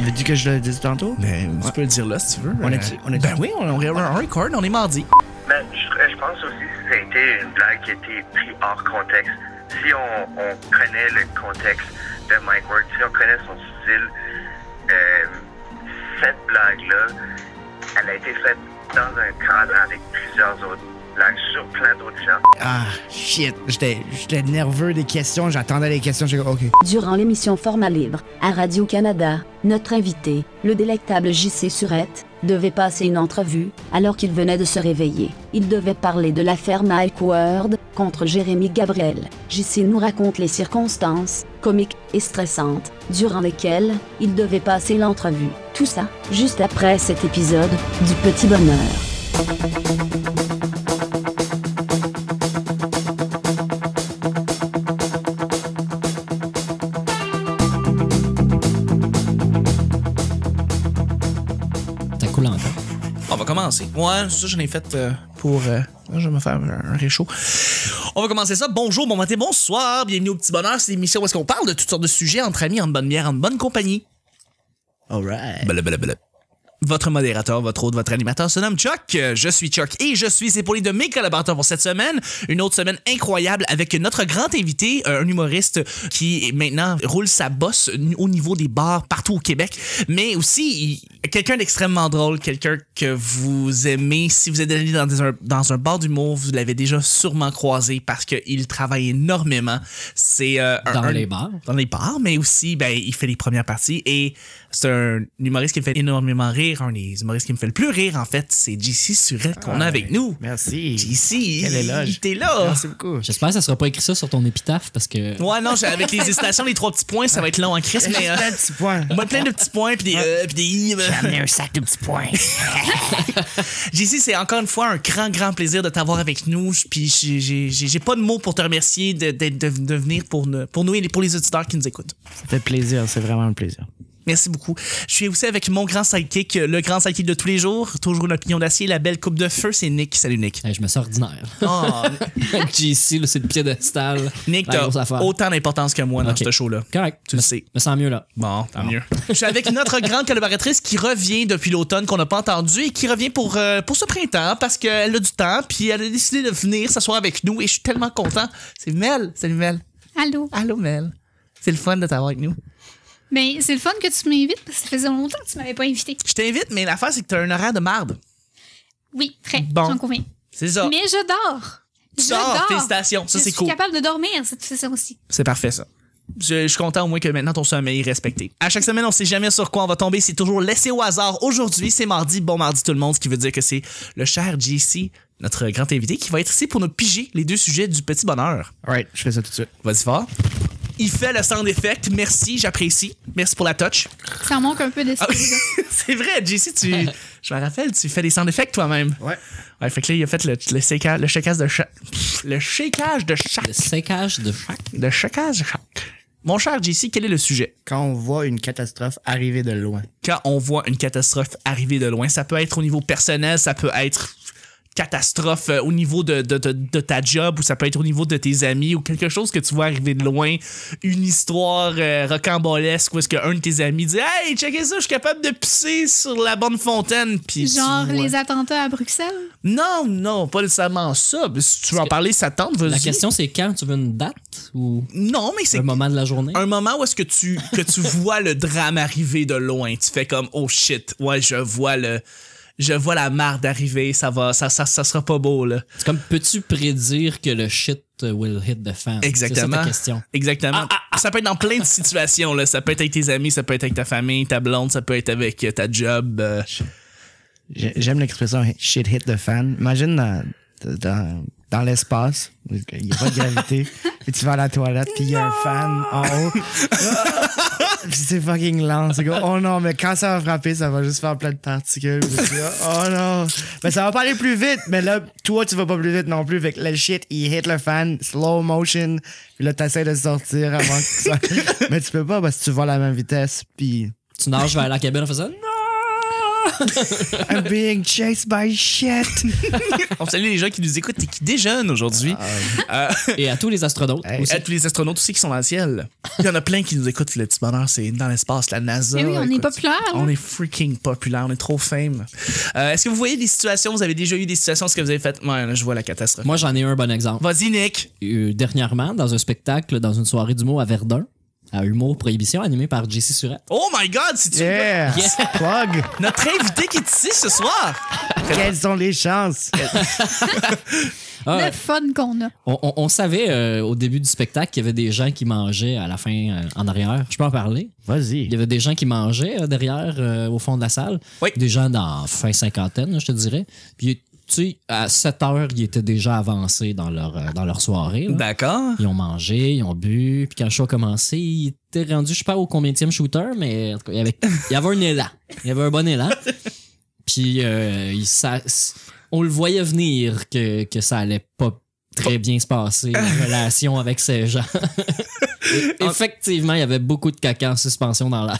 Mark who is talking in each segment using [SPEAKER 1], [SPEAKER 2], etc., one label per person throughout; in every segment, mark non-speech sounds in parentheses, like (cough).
[SPEAKER 1] Il a dit que je l'avais dit tantôt?
[SPEAKER 2] Mais tu
[SPEAKER 1] Ouais.
[SPEAKER 2] peux le dire là si tu veux.
[SPEAKER 1] On
[SPEAKER 2] Euh,
[SPEAKER 1] a dit- on a dit-
[SPEAKER 2] Ben oui, on, on- on record, on est mardi.
[SPEAKER 3] Mais je, je pense aussi que ça a été une blague qui a été prise hors contexte. Si on, on connaît le contexte de Mike Ward, si on connaît son style, euh, cette blague-là, elle a été faite dans un cadre avec plusieurs autres blagues sur plein d'autres gens.
[SPEAKER 1] Ah, shit. J'étais j'étais nerveux des questions. J'attendais les questions. J'ai OK.
[SPEAKER 4] Durant l'émission Format Libre, à Radio-Canada, notre invité, le délectable JC Surette, devait passer une entrevue, alors qu'il venait de se réveiller. Il devait parler de l'affaire Mike Ward, contre Jérémy Gabriel. JC nous raconte les circonstances, comiques et stressantes, durant lesquelles il devait passer l'entrevue. Tout ça, juste après cet épisode, du Petit Bonheur.
[SPEAKER 5] Ça coule en
[SPEAKER 2] On va commencer. Ouais, ça, j'en ai fait euh, pour. euh, je vais me faire un un réchaud. On va commencer ça. Bonjour, bon matin, bonsoir. Bienvenue au Petit Bonheur. C'est l'émission où est-ce qu'on parle de toutes sortes de sujets entre amis, en bonne bière, en bonne compagnie.
[SPEAKER 1] Alright.
[SPEAKER 2] Blah, blah, blah. Votre modérateur, votre hôte, votre animateur se nomme Chuck. Euh, Je suis Chuck et je suis épaulé de mes collaborateurs pour cette semaine. Une autre semaine incroyable avec notre grand invité, euh, un humoriste qui maintenant roule sa bosse au niveau des bars partout au Québec, mais aussi il- quelqu'un d'extrêmement drôle, quelqu'un que vous aimez. Si vous êtes allé dans, des- un, dans un bar d'humour, vous l'avez déjà sûrement croisé parce qu'il travaille énormément. C'est euh, un-
[SPEAKER 5] Dans
[SPEAKER 2] un-
[SPEAKER 5] les bars.
[SPEAKER 2] dans les bars, mais aussi, ben, il fait les premières parties et c'est un humoriste qui me fait énormément rire. Un des humoristes qui me fait le plus rire, en fait, c'est JC Surette qu'on a avec nous.
[SPEAKER 1] Merci.
[SPEAKER 2] JC,
[SPEAKER 1] Quel
[SPEAKER 2] il-
[SPEAKER 1] éloge.
[SPEAKER 2] il t'es là.
[SPEAKER 1] Merci beaucoup.
[SPEAKER 5] J'espère que ça sera pas écrit ça sur ton épitaphe parce que.
[SPEAKER 2] Ouais, non, j'ai- avec les (laughs) hésitations, les trois petits points, ça va être long en crise, mais. euh,
[SPEAKER 1] Plein de petits points.
[SPEAKER 2] moi, plein de petits points, puis des. euh, puis des i, euh.
[SPEAKER 1] Amener un sac de petits
[SPEAKER 2] (laughs)
[SPEAKER 1] points.
[SPEAKER 2] JC, c'est encore une fois un grand, grand plaisir de t'avoir avec nous. Je- Puis j'ai- j'ai j'ai- j'ai pas de mots pour te remercier de, d'être- de- de venir pour, nous- pour nous et pour les auditeurs qui nous écoutent.
[SPEAKER 1] Ça fait plaisir. C'est vraiment un plaisir.
[SPEAKER 2] Merci beaucoup. Je suis aussi avec mon grand sidekick, le grand sidekick de tous les jours, toujours une opinion d'acier, la belle coupe de feu, c'est Nick. Salut Nick.
[SPEAKER 5] Hey, je me
[SPEAKER 2] (laughs)
[SPEAKER 5] sens ordinaire.
[SPEAKER 2] Oh,
[SPEAKER 5] JC, là, c'est le piédestal.
[SPEAKER 2] Nick,
[SPEAKER 1] (laughs)
[SPEAKER 5] La
[SPEAKER 2] t'as
[SPEAKER 5] grosse affaire.
[SPEAKER 2] autant d'importance que moi dans
[SPEAKER 5] Ok.
[SPEAKER 2] ce show-là.
[SPEAKER 5] Correct.
[SPEAKER 2] Tu le sais.
[SPEAKER 5] Je me sens mieux là.
[SPEAKER 2] Bon, tant mieux. Je suis avec notre grande collaboratrice qui revient depuis l'automne, qu'on n'a pas entendu, et qui revient pour, euh, pour ce printemps parce qu'elle a du temps, puis elle a décidé de venir s'asseoir avec nous, et je suis tellement content. C'est Mel. Salut Mel.
[SPEAKER 6] Allô?
[SPEAKER 2] Allô Mel. C'est le fun de t'avoir avec nous.
[SPEAKER 6] Ben, c'est le fun que tu m'invites parce que ça faisait longtemps que tu m'avais pas invité.
[SPEAKER 2] Je t'invite, mais l'affaire, c'est que t'as un horaire de marde.
[SPEAKER 6] Oui, très.
[SPEAKER 2] Bon.
[SPEAKER 6] J'en conviens.
[SPEAKER 2] C'est ça.
[SPEAKER 6] Mais je dors.
[SPEAKER 2] Tu
[SPEAKER 6] je
[SPEAKER 2] dors,
[SPEAKER 6] dors.
[SPEAKER 2] félicitations. Ça,
[SPEAKER 6] je
[SPEAKER 2] c'est
[SPEAKER 6] suis
[SPEAKER 2] cool.
[SPEAKER 6] capable de dormir cette saison aussi.
[SPEAKER 2] C'est parfait, ça. Je, je suis content au moins que maintenant ton sommeil est respecté. À chaque semaine, on sait jamais sur quoi on va tomber. C'est toujours laissé au hasard. Aujourd'hui, c'est mardi. Bon mardi tout le monde, ce qui veut dire que c'est le cher JC, notre grand invité, qui va être ici pour nous piger les deux sujets du petit bonheur.
[SPEAKER 1] Alright, je fais ça tout de suite.
[SPEAKER 2] Vas-y fort. Il fait le sound effect. Merci, j'apprécie. Merci pour la touch.
[SPEAKER 6] Ça manque un peu de
[SPEAKER 2] Ah (laughs) oui, c'est vrai, JC, tu. Je me rappelle, tu fais des sound effects toi-même.
[SPEAKER 1] Ouais.
[SPEAKER 2] Ouais, fait que là, il a fait le, le, séca- le shakeage de chaque. Le shakeage de chaque.
[SPEAKER 5] Le sécage de chaque.
[SPEAKER 2] Le shakeage de chaque. Mon cher JC, quel est le sujet?
[SPEAKER 1] Quand on voit une catastrophe arriver de loin.
[SPEAKER 2] quand on voit une catastrophe arriver de loin. Ça peut être au niveau personnel, ça peut être catastrophe euh, au niveau de, de, de- de ta job ou ça peut être au niveau de tes amis ou quelque chose que tu vois arriver de loin. Une histoire euh, rocambolesque où est-ce qu'un de tes amis dit « Hey, checkez ça, je suis capable de pisser sur la bonne fontaine. » Puis tu
[SPEAKER 6] (laughs) Genre
[SPEAKER 2] vois-
[SPEAKER 6] les attentats à Bruxelles.
[SPEAKER 2] Non, non, pas nécessairement ça. Mais Si tu veux en
[SPEAKER 5] que-
[SPEAKER 2] parler, ça te tente, vas-y.
[SPEAKER 5] La question, c'est quand tu veux une date ou
[SPEAKER 2] Non, mais c'est
[SPEAKER 5] un moment de la journée?
[SPEAKER 2] un moment où est-ce que tu, que (laughs) tu vois le drame arriver de loin. Tu fais comme, oh shit, ouais, je vois le. Je vois la marde arriver, ça va, ça, ça, ça sera pas beau, là.
[SPEAKER 5] C'est comme, peux-tu prédire que le shit will hit the fan? C'est
[SPEAKER 2] Exactement.
[SPEAKER 5] ça ta question.
[SPEAKER 2] Exactement. Ça peut être dans plein de situations, là. Ça peut être avec tes amis, ça peut être avec ta famille, ta blonde, ça peut être avec euh, ta job. euh.
[SPEAKER 1] J'ai- J'aime l'expression shit hit the fan. Imagine dans, dans, dans l'espace, où il n'y a pas de (laughs) gravité, et tu vas à la toilette, puis il y a un fan en (laughs) haut. Puis c'est fucking lent. C'est comme, oh non, mais quand ça va frapper, ça va juste faire plein de particules. Puis tu dis, oh non. Mais ça va pas aller plus vite. Mais là, toi, tu vas pas plus vite non plus. Fait que le shit, il hit le fan, slow motion. Puis là, t'essaies de sortir avant que (laughs) ça. mais tu peux pas parce que tu vas à la même vitesse, puis.
[SPEAKER 2] (laughs)
[SPEAKER 5] Tu nages vers la cabine en faisant. Non!
[SPEAKER 1] I'm being chased by shit.
[SPEAKER 2] On salue les gens qui nous écoutent et qui déjeunent aujourd'hui.
[SPEAKER 5] Et à tous les astronautes
[SPEAKER 1] Hey.
[SPEAKER 5] aussi.
[SPEAKER 2] À tous les astronautes aussi qui sont dans le ciel. Il y en a plein qui nous écoutent, le petit bonheur, c'est dans l'espace, la NASA.
[SPEAKER 6] Mais oui, on est
[SPEAKER 2] Écoute,
[SPEAKER 6] populaire, là.
[SPEAKER 2] On est freaking populaire, on est trop fame. Euh, Est-ce que vous voyez des situations, vous avez déjà eu des situations, est-ce que vous avez fait, ouais, là, je vois la catastrophe.
[SPEAKER 5] Moi, j'en ai un bon exemple.
[SPEAKER 2] Vas-y, Nick.
[SPEAKER 5] Euh, dernièrement, dans un spectacle, dans une soirée d'humour à Verdun, à Humour Prohibition, animé par JC Surette.
[SPEAKER 2] Oh my God, si tu
[SPEAKER 1] Yeah. Plug.
[SPEAKER 2] Notre invité qui est ici ce soir.
[SPEAKER 1] Quelles sont les chances?
[SPEAKER 5] Ah,
[SPEAKER 6] Le fun qu'on a.
[SPEAKER 5] on, on- on savait euh, au début du spectacle qu'il y avait des gens qui mangeaient à la fin euh, en arrière. Je peux en parler. Il y
[SPEAKER 1] Vas-y.
[SPEAKER 5] avait des gens qui mangeaient euh, derrière, euh, au fond de la salle.
[SPEAKER 2] Oui.
[SPEAKER 5] Des gens dans fin cinquantaine, je te dirais. Puis, tu sais, à 7 heures, ils étaient déjà avancés dans leur, euh, dans leur soirée. là.
[SPEAKER 2] D'accord.
[SPEAKER 5] Ils ont mangé, ils ont bu. Puis quand le show a commencé, ils étaient rendus, je sais pas au combien de shooter, mais en tout cas, il y avait, il y avait un élan. Il y avait un bon
[SPEAKER 1] (laughs)
[SPEAKER 5] élan. Puis euh, il sa- on le voyait venir que, que ça allait pas très bien se passer,
[SPEAKER 1] (laughs)
[SPEAKER 5] la relation avec ces gens. Et Effectivement, il y avait beaucoup de caca en suspension dans l'air.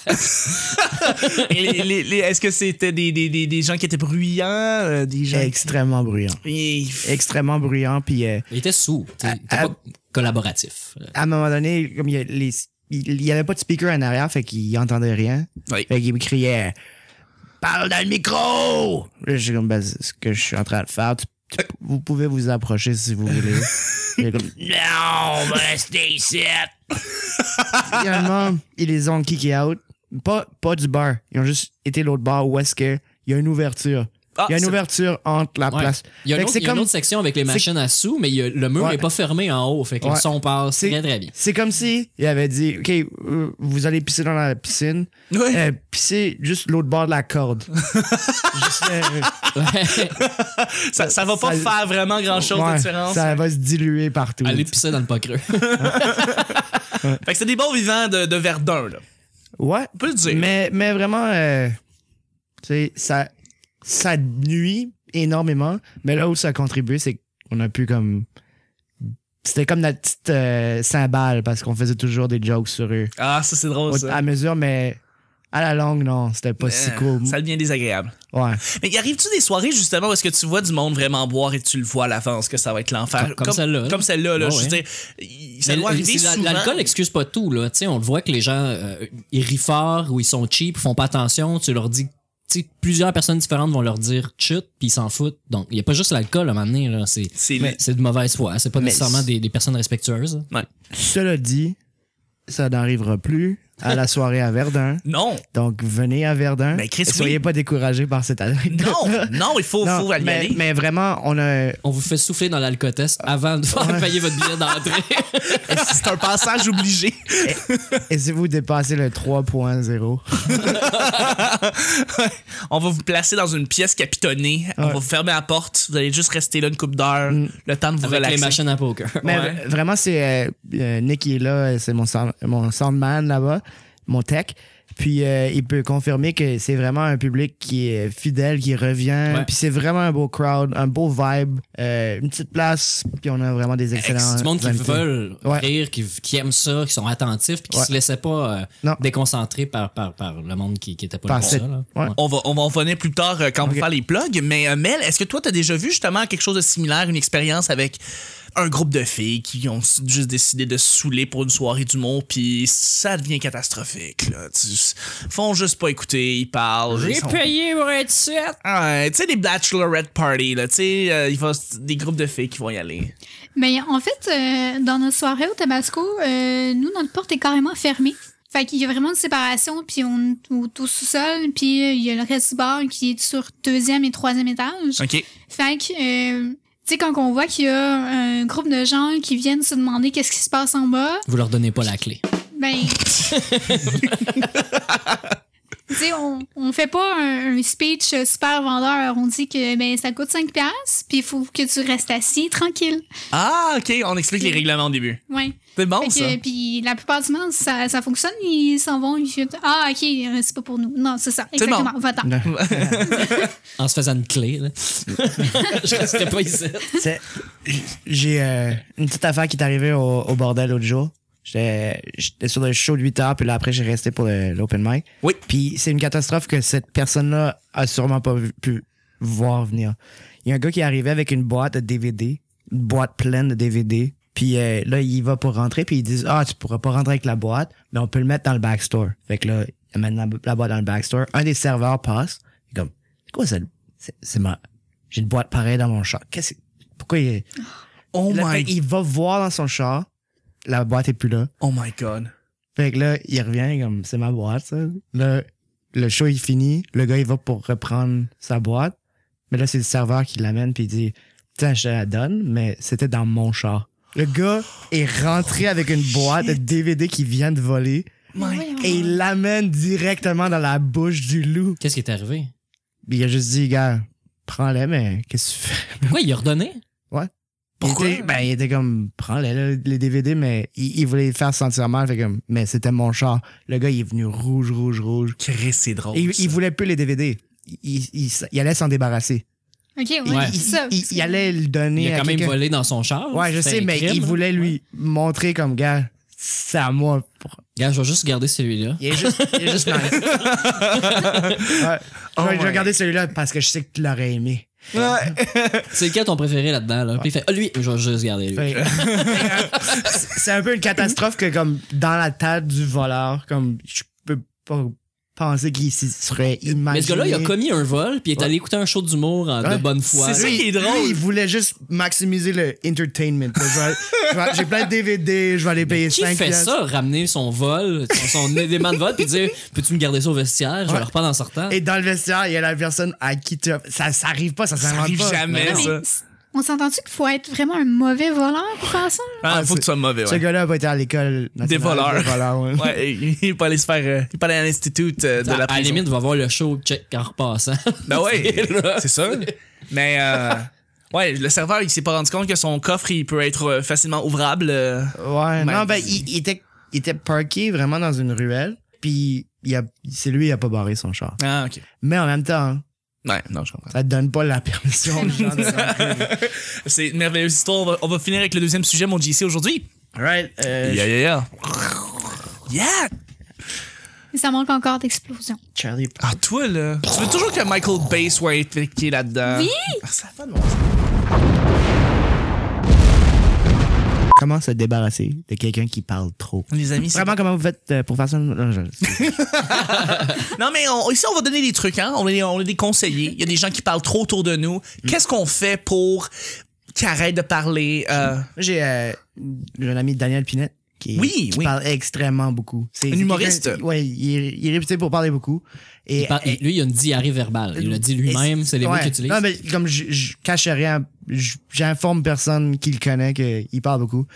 [SPEAKER 2] Et les- les- les- Est-ce que c'était des, des, des, des gens qui étaient bruyants, euh, des gens
[SPEAKER 1] Extrêmement bruyant.
[SPEAKER 2] qui...
[SPEAKER 1] Extrêmement bruyant. Puis euh,
[SPEAKER 5] Il était sourd. tu sais, Il était
[SPEAKER 1] À-
[SPEAKER 5] pas collaboratif.
[SPEAKER 1] à un moment donné, comme il y, a les- il y avait pas de speaker en arrière, fait qu'il entendait rien.
[SPEAKER 2] Oui.
[SPEAKER 1] Fait qu'il me criait Parle dans le micro! Là, j'ai comme, ben, c'est ce que je suis en train de faire. Tu- tu-
[SPEAKER 5] Euh.
[SPEAKER 1] vous pouvez vous approcher si vous
[SPEAKER 5] (laughs)
[SPEAKER 1] voulez. Il est comme, non, on va rester ici. Finalement, ils les ont kické out. Pas, pas du bar. Ils ont juste été l'autre bar où est-ce que il y a une ouverture.
[SPEAKER 2] Ah,
[SPEAKER 1] il y a une
[SPEAKER 2] c'est-
[SPEAKER 1] ouverture entre la
[SPEAKER 5] Ouais.
[SPEAKER 1] place.
[SPEAKER 5] Il y a,
[SPEAKER 1] Fait
[SPEAKER 5] une
[SPEAKER 1] que
[SPEAKER 5] autre,
[SPEAKER 1] c'est
[SPEAKER 5] il y a une
[SPEAKER 1] comme-
[SPEAKER 5] autre section avec les machines à sous, mais il y a- le mur n'est
[SPEAKER 1] Ouais.
[SPEAKER 5] pas fermé en haut. Fait que le
[SPEAKER 1] Ouais.
[SPEAKER 5] son passe
[SPEAKER 1] C'est-
[SPEAKER 5] très très
[SPEAKER 1] (laughs)
[SPEAKER 5] bien. (laughs)
[SPEAKER 1] C'est comme si il avait dit, OK, euh, vous allez pisser dans la piscine.
[SPEAKER 2] Ouais.
[SPEAKER 1] Euh, pisser juste l'autre bord de la corde.
[SPEAKER 2] (laughs)
[SPEAKER 1] Juste, (laughs) euh,
[SPEAKER 5] Ouais.
[SPEAKER 2] ça, ça va pas
[SPEAKER 1] ça-
[SPEAKER 2] faire vraiment grand-chose
[SPEAKER 1] ouais,
[SPEAKER 2] de différence.
[SPEAKER 1] Ça va se diluer partout.
[SPEAKER 5] Aller pisser dans le pas creux.
[SPEAKER 2] Fait que c'est des bons vivants de, de Verdun, là.
[SPEAKER 1] Ouais.
[SPEAKER 2] On peut le dire.
[SPEAKER 1] Mais, mais vraiment, euh, tu sais, ça, ça nuit énormément. Mais là où ça a contribué, c'est qu'on a pu comme. C'était comme notre petite euh, cymbale parce qu'on faisait toujours des jokes sur eux.
[SPEAKER 2] Ah, ça, c'est drôle,
[SPEAKER 1] Au-
[SPEAKER 2] ça.
[SPEAKER 1] À mesure, mais à la longue, non, c'était pas si
[SPEAKER 2] Euh,
[SPEAKER 1] cool.
[SPEAKER 2] Ça devient désagréable.
[SPEAKER 1] Ouais.
[SPEAKER 2] Mais y arrive-tu des soirées justement où est-ce que tu vois du monde vraiment boire et tu le vois à l'avance que ça va être l'enfer?
[SPEAKER 5] Comme- comme celle-là, là.
[SPEAKER 2] Comme celle-là, là.
[SPEAKER 5] Ouais,
[SPEAKER 2] je veux
[SPEAKER 5] ouais.
[SPEAKER 2] dire, il- ça
[SPEAKER 5] Mais
[SPEAKER 2] doit
[SPEAKER 5] l-
[SPEAKER 2] arriver
[SPEAKER 5] c'est la-
[SPEAKER 2] souvent.
[SPEAKER 5] L'alcool excuse pas tout, là. Tu sais, on le voit que les gens, euh, ils rient fort ou ils sont cheap, ils font pas attention. Tu leur dis, tu sais, plusieurs personnes différentes vont leur dire chut, puis ils s'en foutent. Donc, il y a pas juste l'alcool à un moment donné, là. C'est.
[SPEAKER 2] C'est
[SPEAKER 5] C'est de mauvaise foi, hein. c'est pas
[SPEAKER 1] Mais
[SPEAKER 5] nécessairement
[SPEAKER 1] c'est-
[SPEAKER 5] des, des personnes respectueuses.
[SPEAKER 1] Cela dit, ça n'arrivera plus à la soirée à Verdun.
[SPEAKER 2] Non,
[SPEAKER 1] Donc, venez à Verdun.
[SPEAKER 2] Mais Chris,
[SPEAKER 1] Soyez
[SPEAKER 2] oui.
[SPEAKER 1] pas découragés par cette année.
[SPEAKER 5] (laughs)
[SPEAKER 1] (laughs)
[SPEAKER 2] non, non, il faut, faut y aller.
[SPEAKER 1] mais, mais vraiment, on
[SPEAKER 2] (laughs)
[SPEAKER 1] a.
[SPEAKER 5] On vous fait souffler dans l'alcotest avant de faire payer votre billet d'entrée.
[SPEAKER 2] C'est un passage obligé.
[SPEAKER 1] (laughs) Et si vous dépassez le 3.0,
[SPEAKER 2] On va vous placer dans une pièce capitonnée. On
[SPEAKER 1] Ouais.
[SPEAKER 2] va vous fermer la porte. Vous allez juste rester là une coupe d'heure, le temps de vous
[SPEAKER 5] Mm. avec les
[SPEAKER 2] relaxer.
[SPEAKER 5] machines à poker.
[SPEAKER 1] Mais
[SPEAKER 2] Ouais.
[SPEAKER 1] v- vraiment, c'est euh, euh, Nick qui est là, c'est mon, sound- mon soundman là-bas, mon tech. Puis euh, il peut confirmer que c'est vraiment un public qui est fidèle, qui revient.
[SPEAKER 5] Ouais.
[SPEAKER 1] Puis c'est vraiment un beau crowd, un beau vibe, euh, une petite place. Puis on a vraiment des excellents.
[SPEAKER 5] C'est du monde qui
[SPEAKER 1] invités.
[SPEAKER 5] veulent
[SPEAKER 1] Ouais.
[SPEAKER 5] rire, qui, qui aiment ça, qui sont attentifs, puis qui
[SPEAKER 1] Ouais.
[SPEAKER 5] se laissaient pas euh,
[SPEAKER 1] Non.
[SPEAKER 5] déconcentrer par, par, par le monde qui, qui était pas
[SPEAKER 1] Par
[SPEAKER 5] là pour
[SPEAKER 1] cette-
[SPEAKER 5] ça, là.
[SPEAKER 1] ouais.
[SPEAKER 2] On va, on va en revenir plus tard euh, quand on va
[SPEAKER 1] Ok.
[SPEAKER 2] faire les plugs. Mais euh, Mel, est-ce que toi, t'as déjà vu justement quelque chose de similaire, une expérience avec un groupe de filles qui ont s- juste décidé de se saouler pour une soirée d'humour, puis ça devient catastrophique. Là. Tu, font juste pas écouter, ils parlent. ils sont- Ah
[SPEAKER 5] payé pour être sûr.
[SPEAKER 2] Ouais, tu sais, des bachelorette parties, là, tu sais, euh, il va des groupes de filles qui vont y aller.
[SPEAKER 6] Mais en fait, euh, dans notre soirée au Tabasco, euh, nous, notre porte est carrément fermée. Fait qu'il y a vraiment une séparation, puis on est au- au sous-sol, puis euh, il y a le reste du bar qui est sur deuxième et troisième étage.
[SPEAKER 2] OK.
[SPEAKER 6] Fait que, euh, tu sais, quand on voit qu'il y a un groupe de gens qui viennent se demander qu'est-ce qui se passe en bas,
[SPEAKER 5] Vous leur donnez pas la clé.
[SPEAKER 2] (laughs)
[SPEAKER 6] ben. tu sais, on, on fait pas un, un speech super vendeur. On dit que ben, ça coûte 5$, piastres, puis il faut que tu restes assis tranquille.
[SPEAKER 2] Ah, OK, on explique les règlements au début.
[SPEAKER 6] Ouais.
[SPEAKER 2] C'est bon,
[SPEAKER 6] Fait que,
[SPEAKER 2] Oh, ça.
[SPEAKER 6] puis la plupart du temps, ça, ça fonctionne, ils s'en vont, ils font Ah, ok, euh, c'est pas pour nous. Non, c'est ça,
[SPEAKER 2] C'est bon.
[SPEAKER 6] exactement, va-t'en.
[SPEAKER 5] En se faisant une clé,
[SPEAKER 1] (laughs)
[SPEAKER 5] là. Je resterai pas ici.
[SPEAKER 1] C'est- J'ai euh, une petite affaire qui est arrivée au, au bordel l'autre jour. J'étais j'étais sur le show de 8 heures, puis là, après, j'ai resté pour le- l'open mic.
[SPEAKER 2] Oui.
[SPEAKER 1] Puis c'est une catastrophe que cette personne-là a sûrement pas vu- pu voir venir. Il y a un gars qui est arrivé avec une boîte de DVD, une boîte pleine de DVD. Puis euh, là, il va pour rentrer, puis ils disent Ah, tu pourras pas rentrer avec la boîte, mais on peut le mettre dans le backstore. Fait que là, il amène la, la boîte dans le backstore. Un des serveurs passe. Il est comme C'est quoi ça? C'est- C'est ma. J'ai une boîte pareille dans mon char. Qu'est-ce que- Pourquoi il.
[SPEAKER 2] Oh
[SPEAKER 1] Là, fait,
[SPEAKER 2] my,
[SPEAKER 1] il va voir dans son char, la boîte est plus là.
[SPEAKER 2] oh my god.
[SPEAKER 1] Fait que là, il revient comme c'est ma boîte, ça. Là, le show il finit, le gars il va pour reprendre sa boîte, mais là c'est le serveur qui l'amène puis il dit tiens je te la donne, mais c'était dans mon char. Le gars est
[SPEAKER 2] Oh,
[SPEAKER 1] rentré avec une boîte de DVD qui vient de voler
[SPEAKER 2] My
[SPEAKER 6] Voyons.
[SPEAKER 1] et il l'amène directement dans la bouche du loup.
[SPEAKER 5] Qu'est-ce qui est arrivé?
[SPEAKER 1] Il a juste dit gars prends-les mais qu'est-ce que tu fais
[SPEAKER 5] Pourquoi il a redonné?
[SPEAKER 2] Pourquoi?
[SPEAKER 1] Il était, ben, il était comme, prends-les, là, les DVD, mais il, il voulait le faire sentir mal. Fait comme, mais c'était mon char. Le gars, il est venu rouge, rouge, rouge.
[SPEAKER 2] Chris, c'est
[SPEAKER 5] Oh,
[SPEAKER 2] drôle.
[SPEAKER 1] Et il,
[SPEAKER 2] ça.
[SPEAKER 1] il voulait plus les DVD. Il, il, il- il allait s'en débarrasser.
[SPEAKER 6] Ok, ouais,
[SPEAKER 5] Ouais.
[SPEAKER 1] Il,
[SPEAKER 6] c'est ça.
[SPEAKER 1] il-
[SPEAKER 6] parce que-
[SPEAKER 1] il allait le donner
[SPEAKER 5] Il a
[SPEAKER 1] à
[SPEAKER 5] quand même
[SPEAKER 1] quelqu'un.
[SPEAKER 5] volé dans son char.
[SPEAKER 1] Ouais, je
[SPEAKER 5] C'est hein?
[SPEAKER 1] sais,
[SPEAKER 5] un
[SPEAKER 1] mais
[SPEAKER 5] crime,
[SPEAKER 1] il
[SPEAKER 5] là.
[SPEAKER 1] voulait lui montrer comme, gars, c'est à moi.
[SPEAKER 5] Gars, je vais juste garder celui-là.
[SPEAKER 1] Il est juste, il est
[SPEAKER 5] (laughs)
[SPEAKER 1] juste mal. Ouais. je
[SPEAKER 2] Oh
[SPEAKER 1] vais- je
[SPEAKER 2] my-
[SPEAKER 1] vais regarder celui-là parce que je sais que tu l'aurais aimé.
[SPEAKER 2] Ouais.
[SPEAKER 5] C'est lequel ton préféré là-dedans? Là? Puis il fait, ah, lui, je vais juste garder lui.
[SPEAKER 1] Fait- (laughs) c'est un peu une catastrophe que comme dans la tête du voleur, comme je peux pas penser qu'il s'y serait imaginé.
[SPEAKER 5] Mais ce gars-là, il a commis un vol, puis il est allé écouter un show d'humour en- de
[SPEAKER 1] Ouais.
[SPEAKER 5] bonne foi.
[SPEAKER 2] C'est ça qui est drôle.
[SPEAKER 1] Lui, il voulait juste maximiser le entertainment. Je vais- je vais- J'ai plein de DVD, je vais aller payer
[SPEAKER 5] Qui
[SPEAKER 1] 5
[SPEAKER 5] fait ça, ramener son vol, son, son (laughs) élément de vol, puis dire Peux-tu me garder ça au vestiaire Je vais
[SPEAKER 1] Ouais.
[SPEAKER 5] le reprendre en sortant.
[SPEAKER 1] Et dans le vestiaire, il y a la personne à qui tu as- ça ça arrive pas, ça
[SPEAKER 2] Ça
[SPEAKER 1] s'invente
[SPEAKER 2] arrive
[SPEAKER 1] pas.
[SPEAKER 2] jamais,
[SPEAKER 5] Non, mais-
[SPEAKER 2] ça.
[SPEAKER 6] On s'entend-tu qu'il faut être vraiment un mauvais voleur pour faire ça?
[SPEAKER 2] Ah,
[SPEAKER 1] Ah,
[SPEAKER 2] faut que tu sois mauvais,
[SPEAKER 1] Ce
[SPEAKER 2] ouais.
[SPEAKER 1] gars-là a pas été à l'école nationale
[SPEAKER 2] Des voleurs.
[SPEAKER 1] (laughs) ouais.
[SPEAKER 2] Ouais, il il peut aller se faire. euh, il peut aller à l'institut euh, de
[SPEAKER 5] à,
[SPEAKER 2] la
[SPEAKER 5] à la
[SPEAKER 2] prison.
[SPEAKER 5] limite, il va voir le show check en repassant. (laughs)
[SPEAKER 2] Ben ouais,
[SPEAKER 5] là.
[SPEAKER 2] c'est ça. Mais euh, ouais, le serveur, il s'est pas rendu compte que son coffre, il peut être euh, facilement ouvrable. euh.
[SPEAKER 1] Ouais,
[SPEAKER 2] Ben,
[SPEAKER 1] non, ben,
[SPEAKER 2] dis-
[SPEAKER 1] il, il était, il était parké vraiment dans une ruelle, puis il a, c'est lui, il a pas barré son char.
[SPEAKER 2] Ah, ok.
[SPEAKER 1] Mais en même temps,
[SPEAKER 2] Ouais, non, je comprends.
[SPEAKER 1] ça te donne pas la permission aux gens de rentrer.
[SPEAKER 2] C'est une merveilleuse histoire. On va, on va finir avec le deuxième sujet, mon JC, aujourd'hui.
[SPEAKER 1] Right, euh,
[SPEAKER 2] Yeah, yeah, yeah. Yeah!
[SPEAKER 6] Et ça manque encore d'explosion.
[SPEAKER 1] Charlie.
[SPEAKER 2] Ah, toi, là. Tu veux toujours que Michael Bay soit impliqué là-dedans?
[SPEAKER 6] Oui!
[SPEAKER 2] Ah, ça va de mon sens.
[SPEAKER 1] Comment se débarrasser de quelqu'un qui parle trop?
[SPEAKER 2] Les amis, c'est-
[SPEAKER 1] Vraiment, comment vous faites euh, pour faire ça? Non, je-
[SPEAKER 2] Non, mais on- ici, on va donner des trucs, hein. On est, on est des conseillers. Il y a des gens qui parlent trop autour de nous.
[SPEAKER 1] Mm.
[SPEAKER 2] Qu'est-ce qu'on fait pour qu'ils arrêtent de parler? euh,
[SPEAKER 1] J'ai euh, j'ai un ami Daniel Pinette qui,
[SPEAKER 2] Oui,
[SPEAKER 1] qui
[SPEAKER 2] oui.
[SPEAKER 1] parle extrêmement beaucoup. C'est c'est
[SPEAKER 2] humoriste.
[SPEAKER 1] quelqu'un- Ouais, il est, il est réputé pour parler beaucoup. Et,
[SPEAKER 5] Il par- il- lui, il a une diarrhée verbale. Il l'a dit lui-même, c'est les mots
[SPEAKER 1] Ouais.
[SPEAKER 5] qu'il utilise.
[SPEAKER 1] Non, mais comme je, je cache rien, je- j'informe personne qui le connaît qu'il parle beaucoup.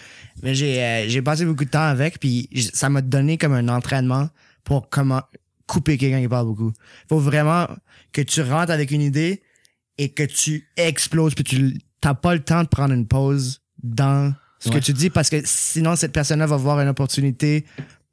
[SPEAKER 1] Mais j'ai euh, j'ai passé beaucoup de temps avec, puis j- ça m'a donné comme un entraînement pour comment couper quelqu'un qui parle beaucoup. Faut vraiment que tu rentres avec une idée et que tu exploses, puis tu t'as pas le temps de prendre une pause dans ce
[SPEAKER 5] Ouais.
[SPEAKER 1] que tu dis parce que sinon cette personne-là va avoir une opportunité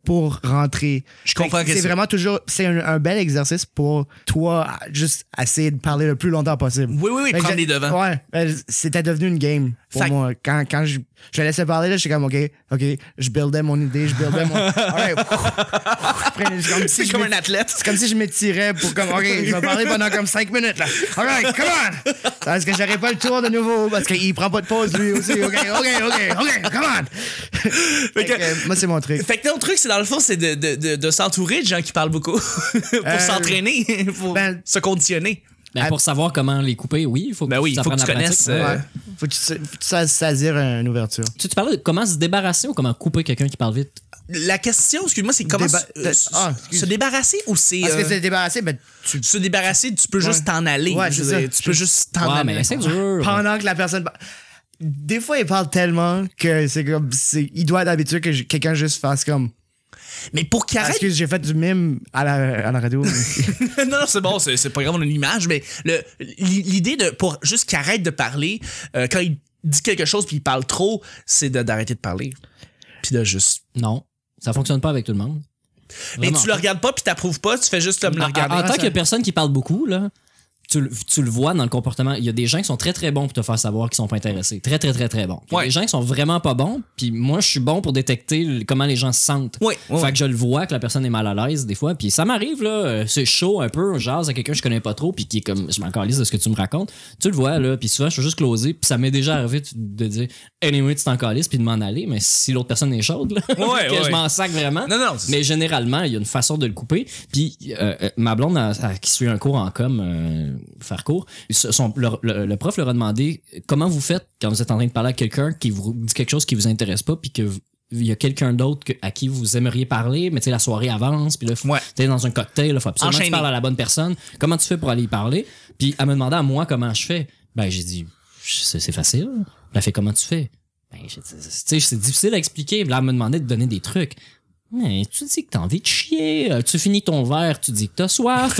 [SPEAKER 1] pour rentrer.
[SPEAKER 2] Je comprends
[SPEAKER 1] Fait que
[SPEAKER 2] que
[SPEAKER 1] c'est
[SPEAKER 2] c'est-
[SPEAKER 1] vraiment toujours c'est un, un bel exercice pour toi à juste essayer de parler le plus longtemps possible.
[SPEAKER 2] Oui, oui, oui,
[SPEAKER 1] Fait que
[SPEAKER 2] prendre
[SPEAKER 1] j'ai-
[SPEAKER 2] les devants.
[SPEAKER 1] Ouais, ben, c'était devenu une game pour
[SPEAKER 2] Fait que-
[SPEAKER 1] moi. Quand, quand je, je laissais parler, là, j'étais comme, OK, OK, je buildais mon idée, je buildais
[SPEAKER 2] (laughs)
[SPEAKER 1] mon. Alright. Je prenais- je- comme si
[SPEAKER 2] C'est
[SPEAKER 1] je
[SPEAKER 2] comme
[SPEAKER 1] m'é-
[SPEAKER 2] un athlète.
[SPEAKER 1] c'est comme si je m'étirais pour comme, OK, je vais parler pendant comme 5 minutes, là. Alright, come on! Parce que j'aurais pas le tour de nouveau, parce qu'il prend pas de pause, lui aussi. OK, OK, OK, OK, come on! Fait que,
[SPEAKER 2] que-
[SPEAKER 1] moi, c'est mon truc.
[SPEAKER 2] Fait que ton truc, c'est dans le fond, c'est de, de, de, de s'entourer de gens qui parlent beaucoup (laughs) pour
[SPEAKER 1] Euh,
[SPEAKER 2] s'entraîner,
[SPEAKER 1] (laughs)
[SPEAKER 2] pour
[SPEAKER 1] ben-
[SPEAKER 2] se conditionner.
[SPEAKER 5] Ben, pour savoir comment les couper, oui, il faut que,
[SPEAKER 2] Ben oui,
[SPEAKER 5] tu,
[SPEAKER 2] faut que
[SPEAKER 5] apprennes
[SPEAKER 2] tu
[SPEAKER 5] la pratique.
[SPEAKER 2] connaisses, euh,
[SPEAKER 1] Ouais. Faut que tu, sa- faut que tu sa- saisir une ouverture.
[SPEAKER 5] Tu, tu parlais de comment se débarrasser ou comment couper quelqu'un qui parle vite?
[SPEAKER 2] La question, excuse-moi, c'est comment
[SPEAKER 1] Déba-
[SPEAKER 2] se, euh, se-
[SPEAKER 1] Ah, excuse.
[SPEAKER 2] se débarrasser ou c'est.
[SPEAKER 1] Parce que
[SPEAKER 2] euh,
[SPEAKER 1] c'est débarrassé, ben, tu
[SPEAKER 2] se débarrasser, tu peux juste
[SPEAKER 1] Ouais.
[SPEAKER 2] t'en aller.
[SPEAKER 1] Ouais,
[SPEAKER 2] je
[SPEAKER 1] c'est
[SPEAKER 2] veux dire,
[SPEAKER 1] ça.
[SPEAKER 2] Tu peux juste
[SPEAKER 1] Ah,
[SPEAKER 2] t'en
[SPEAKER 5] Ouais,
[SPEAKER 2] aller.
[SPEAKER 5] mais c'est dur.
[SPEAKER 1] pendant que la personne par- des fois il parle tellement que c'est comme c'est il doit être habitué que j- quelqu'un juste fasse comme Ah,
[SPEAKER 2] Mais pour qu'il arrête.
[SPEAKER 1] excuse j'ai fait du mime à la, à la (laughs) radio mais-
[SPEAKER 2] (laughs) non, non, c'est bon, c'est c'est pas grave, on a une image, mais le- l'idée de. Pour juste qu'il arrête de parler, euh, quand il dit quelque chose puis il parle trop, c'est de- d'arrêter de parler. Puis de juste.
[SPEAKER 5] Non, ça fonctionne pas avec tout le monde.
[SPEAKER 2] Mais
[SPEAKER 5] Vraiment hein?
[SPEAKER 2] tu le regardes pas puis t'approuves pas, tu fais juste comme le
[SPEAKER 5] En- en-
[SPEAKER 2] regarder.
[SPEAKER 5] En tant
[SPEAKER 1] Ah, ça-
[SPEAKER 5] que personne qui parle beaucoup, là, tu, le- tu le vois dans le comportement. Il y a des gens qui sont très très bons pour te faire savoir qu'ils sont pas intéressés. Très très très très bons. Il y a
[SPEAKER 2] Ouais.
[SPEAKER 5] des gens qui sont vraiment pas bons. Puis moi, je suis bon pour détecter le- comment les gens se sentent.
[SPEAKER 2] Ouais, ouais,
[SPEAKER 5] fait
[SPEAKER 2] ouais.
[SPEAKER 5] que je le vois que la personne est mal à l'aise des fois. Puis ça m'arrive là, euh, c'est chaud un peu, on jase à quelqu'un que je connais pas trop, puis qui est comme je m'en calisse de ce que tu me racontes. Tu le vois là, puis souvent je suis juste closé. Puis ça m'est déjà arrivé de- de dire anyway tu t'en calises puis de m'en aller. Mais si l'autre personne est chaude, là,
[SPEAKER 2] Ouais,
[SPEAKER 5] (laughs) que
[SPEAKER 2] ouais.
[SPEAKER 5] je m'en sac vraiment.
[SPEAKER 2] Non, non, c'est-
[SPEAKER 5] Mais généralement, il y a une façon de le couper. Puis euh, euh, ma blonde, elle- elle- qui suit un cours en com, euh, faire cours, ce- son- le, le- le prof leur a demandé comment vous faites quand vous êtes en train de parler à quelqu'un qui vous dit quelque chose qui vous intéresse pas, puis que vous- il y a quelqu'un d'autre que- à qui vous aimeriez parler, mais tu sais, la soirée avance, puis là, faut-
[SPEAKER 2] Ouais.
[SPEAKER 5] t'es dans un cocktail, là, faut absolument que
[SPEAKER 2] Enchaîner.
[SPEAKER 5] tu parles à la bonne personne. Comment tu fais pour aller y parler? Puis elle me demandait à moi comment je fais. Ben, j'ai dit, c'est c'est facile. Elle a fait comment tu fais? Ben, j'ai dit, tu sais, c'est difficile à expliquer. Puis Là, elle me demandait de donner des trucs. Mais tu dis que t'as envie de chier, euh, tu finis ton verre, tu dis que t'as soif,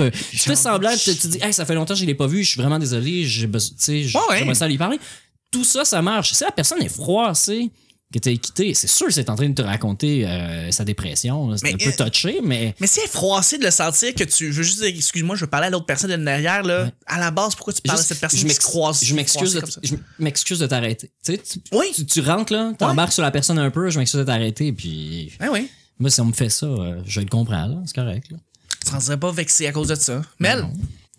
[SPEAKER 2] (laughs)
[SPEAKER 5] euh, tu fais semblant, tu, tu dis, hey, ça fait longtemps que je l'ai pas vu, je suis vraiment désolé, j'ai besoin, tu sais,
[SPEAKER 2] Ouais, ouais.
[SPEAKER 5] j'aimerais ça lui parler. Tout ça, ça marche. Si la personne est froissée, que t'as quitté, c'est sûr que c'est en train de te raconter euh, sa dépression, là. c'est
[SPEAKER 2] Mais, euh,
[SPEAKER 5] un peu touché, mais
[SPEAKER 2] Mais c'est froissé de le sentir que tu veux juste dire, excuse-moi, je veux parler à l'autre personne de derrière, là.
[SPEAKER 5] Ouais.
[SPEAKER 2] À la base, pourquoi tu parles à
[SPEAKER 5] Juste,
[SPEAKER 2] cette personne
[SPEAKER 5] je
[SPEAKER 2] qui se
[SPEAKER 5] m'ex-
[SPEAKER 2] croise-
[SPEAKER 5] Je m'excuse
[SPEAKER 2] croisée
[SPEAKER 5] de,
[SPEAKER 2] comme ça?
[SPEAKER 5] je m'excuse de t'arrêter. Tu, sais, tu,
[SPEAKER 2] Oui.
[SPEAKER 5] tu, tu rentres là, t'embarques sur la personne un peu, je m'excuse de t'arrêter, puis
[SPEAKER 2] Ah oui.
[SPEAKER 5] moi si on me fait ça, euh, je le comprends là, c'est correct. là.
[SPEAKER 2] Tu t'en serais pas vexé à cause de ça. Mel,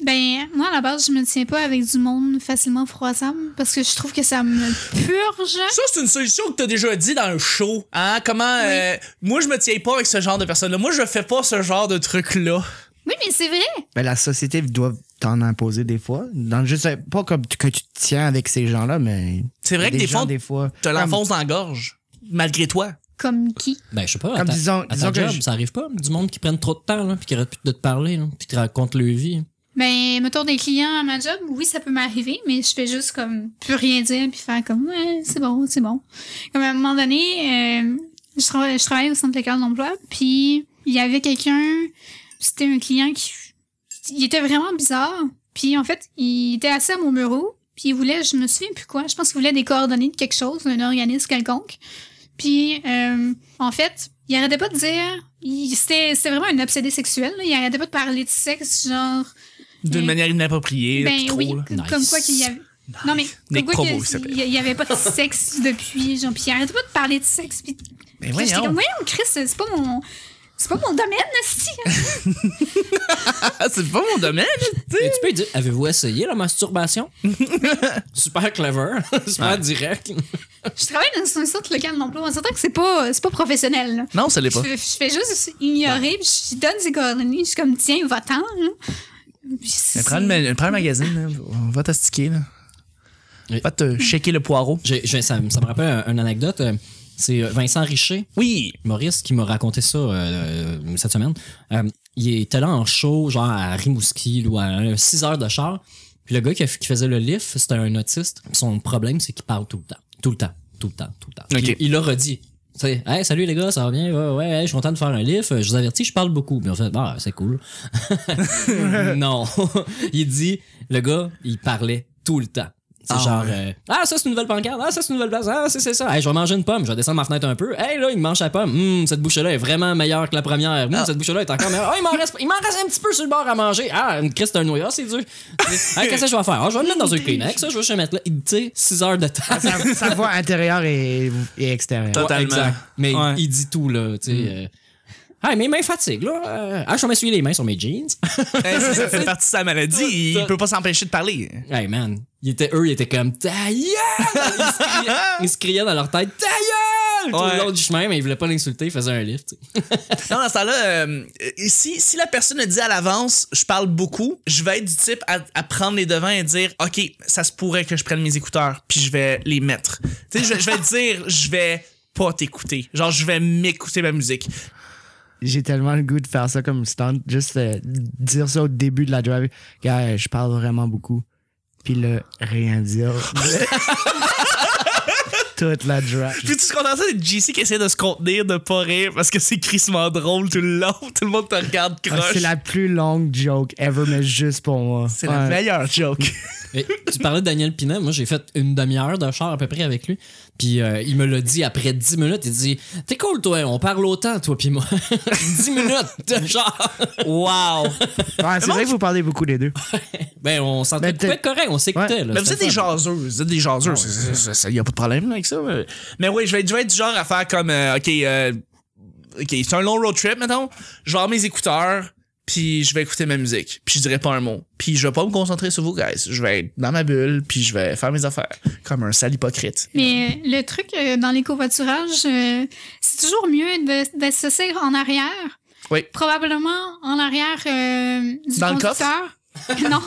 [SPEAKER 6] Ben, moi, à la base, je me tiens pas avec du monde facilement froissable parce que je trouve que ça me purge.
[SPEAKER 2] ça, c'est une solution que t'as déjà dit dans un show. Hein? Comment. euh, moi, je me tiens pas avec ce genre de personne-là. Moi, je fais pas ce genre de truc-là.
[SPEAKER 6] Oui, mais c'est vrai.
[SPEAKER 1] Ben, la société doit t'en imposer des fois. Dans le juste, pas comme tu- que tu te tiens avec ces gens-là, mais.
[SPEAKER 2] C'est vrai que des
[SPEAKER 1] gens,
[SPEAKER 2] fois,
[SPEAKER 1] des fois.
[SPEAKER 2] Te l'enfonces dans la gorge. Malgré toi.
[SPEAKER 6] Comme qui?
[SPEAKER 5] Ben je sais pas.
[SPEAKER 1] Comme
[SPEAKER 5] à ta-
[SPEAKER 1] disons-
[SPEAKER 5] à ta
[SPEAKER 1] disons que
[SPEAKER 5] job,
[SPEAKER 1] je-
[SPEAKER 5] ça arrive pas. Du monde qui prennent trop de temps là, puis qui arrête plus de te parler, là, puis qui te raconte leur vie.
[SPEAKER 6] Ben, mettons des clients à ma job, oui, ça peut m'arriver, mais je fais juste comme plus rien dire puis faire comme ouais, c'est bon, c'est bon. Comme à un moment donné, euh, je, trava- je travaillais au centre d'école d'emploi, puis il y avait quelqu'un, c'était un client qui il était vraiment bizarre, puis en fait, il était assis à mon bureau, puis il voulait, je me souviens plus quoi, je pense qu'il voulait des coordonnées de quelque chose, d'un organisme quelconque. Puis euh, en fait, il arrêtait pas de dire, il- c'était c'était vraiment un obsédé sexuel, là. il arrêtait pas de parler de sexe, genre
[SPEAKER 2] D'une
[SPEAKER 6] Mais-
[SPEAKER 2] manière inappropriée. là,
[SPEAKER 6] Mm. ben
[SPEAKER 2] puis trop,
[SPEAKER 6] oui,
[SPEAKER 2] là.
[SPEAKER 6] que-
[SPEAKER 5] Nice.
[SPEAKER 6] comme quoi qu'il y avait. Non, mais
[SPEAKER 2] Nick
[SPEAKER 6] comme quoi
[SPEAKER 2] Provo, il s'appelle.
[SPEAKER 6] qu'il y- il y avait pas de sexe depuis. Genre, puis il arrête pas de parler de sexe. Puis
[SPEAKER 2] Mais
[SPEAKER 6] puis là, j'étais
[SPEAKER 2] Eh Ben voyons.
[SPEAKER 6] comme, voyons, Chris, c'est pas mon. C'est pas mon domaine,
[SPEAKER 2] (laughs)
[SPEAKER 6] si.
[SPEAKER 2] Ah, c'est pas mon
[SPEAKER 6] (laughs)
[SPEAKER 2] domaine, tu
[SPEAKER 5] Mais
[SPEAKER 2] sais.
[SPEAKER 5] tu peux dire, avez-vous essayé
[SPEAKER 1] (laughs)
[SPEAKER 5] la masturbation Super clever, (laughs) super direct.
[SPEAKER 6] Je travaille dans un centre local d'emploi. On s'entend que c'est pas, c'est pas professionnel. là.
[SPEAKER 2] Non, ça l'est
[SPEAKER 6] Je,
[SPEAKER 2] pas.
[SPEAKER 6] fais- je fais juste ignorer, puis je donne ses coordonnées. Je suis comme, tiens, va-t'en. là. Puis
[SPEAKER 2] Mais
[SPEAKER 6] c'est-
[SPEAKER 2] prends, le, ma- prends le magazine, là. on va t'astiquer. Là.
[SPEAKER 5] Oui.
[SPEAKER 2] Va te checker le poireau.
[SPEAKER 5] J'ai- j'ai- ça, me- ça me rappelle un- une anecdote. euh, C'est euh, Vincent Richer
[SPEAKER 2] Oui. (laughs)
[SPEAKER 5] Maurice qui m'a raconté ça euh, euh, cette semaine. Euh, il était là en show, genre à Rimouski, ou à 6 heures de char. Puis le gars qui, a- qui faisait le lift, c'était un autiste. Son problème, c'est qu'il parle tout le temps. Tout le temps. Tout le temps. Tout le temps. Puis
[SPEAKER 2] Ok.
[SPEAKER 5] Il leur a dit. tu sais, Hey, salut les gars, ça va bien? Ouais, ouais, ouais, je suis content de faire un lift. Je vous avertis, je parle beaucoup. Puis en fait, bah, c'est cool.
[SPEAKER 2] (laughs)
[SPEAKER 5] non. (laughs) il dit, le gars, il parlait tout le temps. C'est
[SPEAKER 2] Ah,
[SPEAKER 5] genre,
[SPEAKER 2] ouais.
[SPEAKER 5] euh, ah, ça, c'est une nouvelle pancarte. Ah, ça, c'est une nouvelle place. Ah, c'est, c'est ça. Hey, je vais manger une pomme. Je vais descendre ma fenêtre un peu. Hey, là, il me mange la pomme. Hum, cette bouchée-là est vraiment meilleure que la première. Hum, cette bouchée-là est encore meilleure. Ah, il m'en reste, il m'en reste un petit peu sur le bord à manger. Ah, une crise, c'est un noyau. Ah, c'est dur. Ah, qu'est-ce que je vais faire? Ah, je vais le mettre dans un Kleenex. Ça, je vais juste le mettre là. Il dit, tu sais, 6 heures de temps.
[SPEAKER 1] Sa, sa voix intérieure et, et extérieure.
[SPEAKER 2] Totalement.
[SPEAKER 5] Exact. Mais
[SPEAKER 2] Ouais. Mm.
[SPEAKER 5] il dit tout, là. Tu sais, euh, ah, mes mains fatiguent, là. Euh, ah, je vais m'essuyer les mains sur mes jeans.
[SPEAKER 2] Hey, ça, ça fait partie de sa maladie. Il peut pas s'empêcher de parler.
[SPEAKER 5] Hey man, ils étaient, eux, ils étaient comme Ta gueule! Ils se
[SPEAKER 2] (laughs)
[SPEAKER 5] criaient- Ils se criaient dans leur tête Ta gueule! Tout
[SPEAKER 2] Ouais.
[SPEAKER 5] le long du chemin, mais ils voulaient pas l'insulter, ils faisaient un lift. tu sais.
[SPEAKER 2] Non, dans ce temps-là, euh, si, si la personne a dit à l'avance, je parle beaucoup, je vais être du type à, à prendre les devants et dire, OK, ça se pourrait que je prenne mes écouteurs, puis je vais les mettre. Tu sais, je, vais- je vais (laughs) dire, je vais pas t'écouter. Genre, je vais m'écouter ma musique.
[SPEAKER 1] J'ai tellement le goût de faire ça comme stunt, juste euh, dire ça au début de la drive. Gars, je
[SPEAKER 2] (laughs)
[SPEAKER 1] parle vraiment beaucoup. Puis le rien dire. toute la draft.
[SPEAKER 2] Puis tu te contentes de JC qui essaie de se contenir, de pas rire, parce que c'est crissement drôle tout le long. Tout le monde te regarde
[SPEAKER 1] Ah,
[SPEAKER 2] croche.
[SPEAKER 1] c'est la plus longue joke ever, mais juste pour moi.
[SPEAKER 2] C'est
[SPEAKER 1] Ouais.
[SPEAKER 2] la meilleure joke.
[SPEAKER 5] Et tu parlais de Daniel Pinet. Moi, j'ai fait une demi-heure de char à peu près avec lui. Puis euh, il me l'a dit après 10 minutes. Il dit T'es cool, toi, on parle autant, toi, puis moi. (laughs) 10 minutes de char.
[SPEAKER 2] (laughs) Wow!
[SPEAKER 1] Ouais, c'est vrai que vous parlez beaucoup des deux.
[SPEAKER 5] Ben, on s'entendait.
[SPEAKER 1] Mais t'es-
[SPEAKER 5] Pour être correct, on s'écoutait.
[SPEAKER 1] Ouais.
[SPEAKER 5] là.
[SPEAKER 2] Mais vous
[SPEAKER 5] C'était
[SPEAKER 2] êtes des
[SPEAKER 5] fun.
[SPEAKER 2] jaseux, vous êtes des jaseux. c'est- c'est- c'est- ça, y a pas de problème là, avec ça. Mais, mais oui, je vais, je vais être du genre à faire comme, euh, ok, euh, ok, c'est un long road trip, mettons. Je vais avoir mes écouteurs, puis je vais écouter ma musique, puis je dirai pas un mot, puis je vais pas me concentrer sur vous, guys. Je vais être dans ma bulle, puis je vais faire mes affaires, comme un sale hypocrite.
[SPEAKER 6] Mais euh, le truc euh, dans les covoiturages, euh, c'est toujours mieux de- d'associer en arrière.
[SPEAKER 2] Oui.
[SPEAKER 6] Probablement en arrière euh, du
[SPEAKER 2] Dans le coffre? (laughs)
[SPEAKER 6] conducteur. non,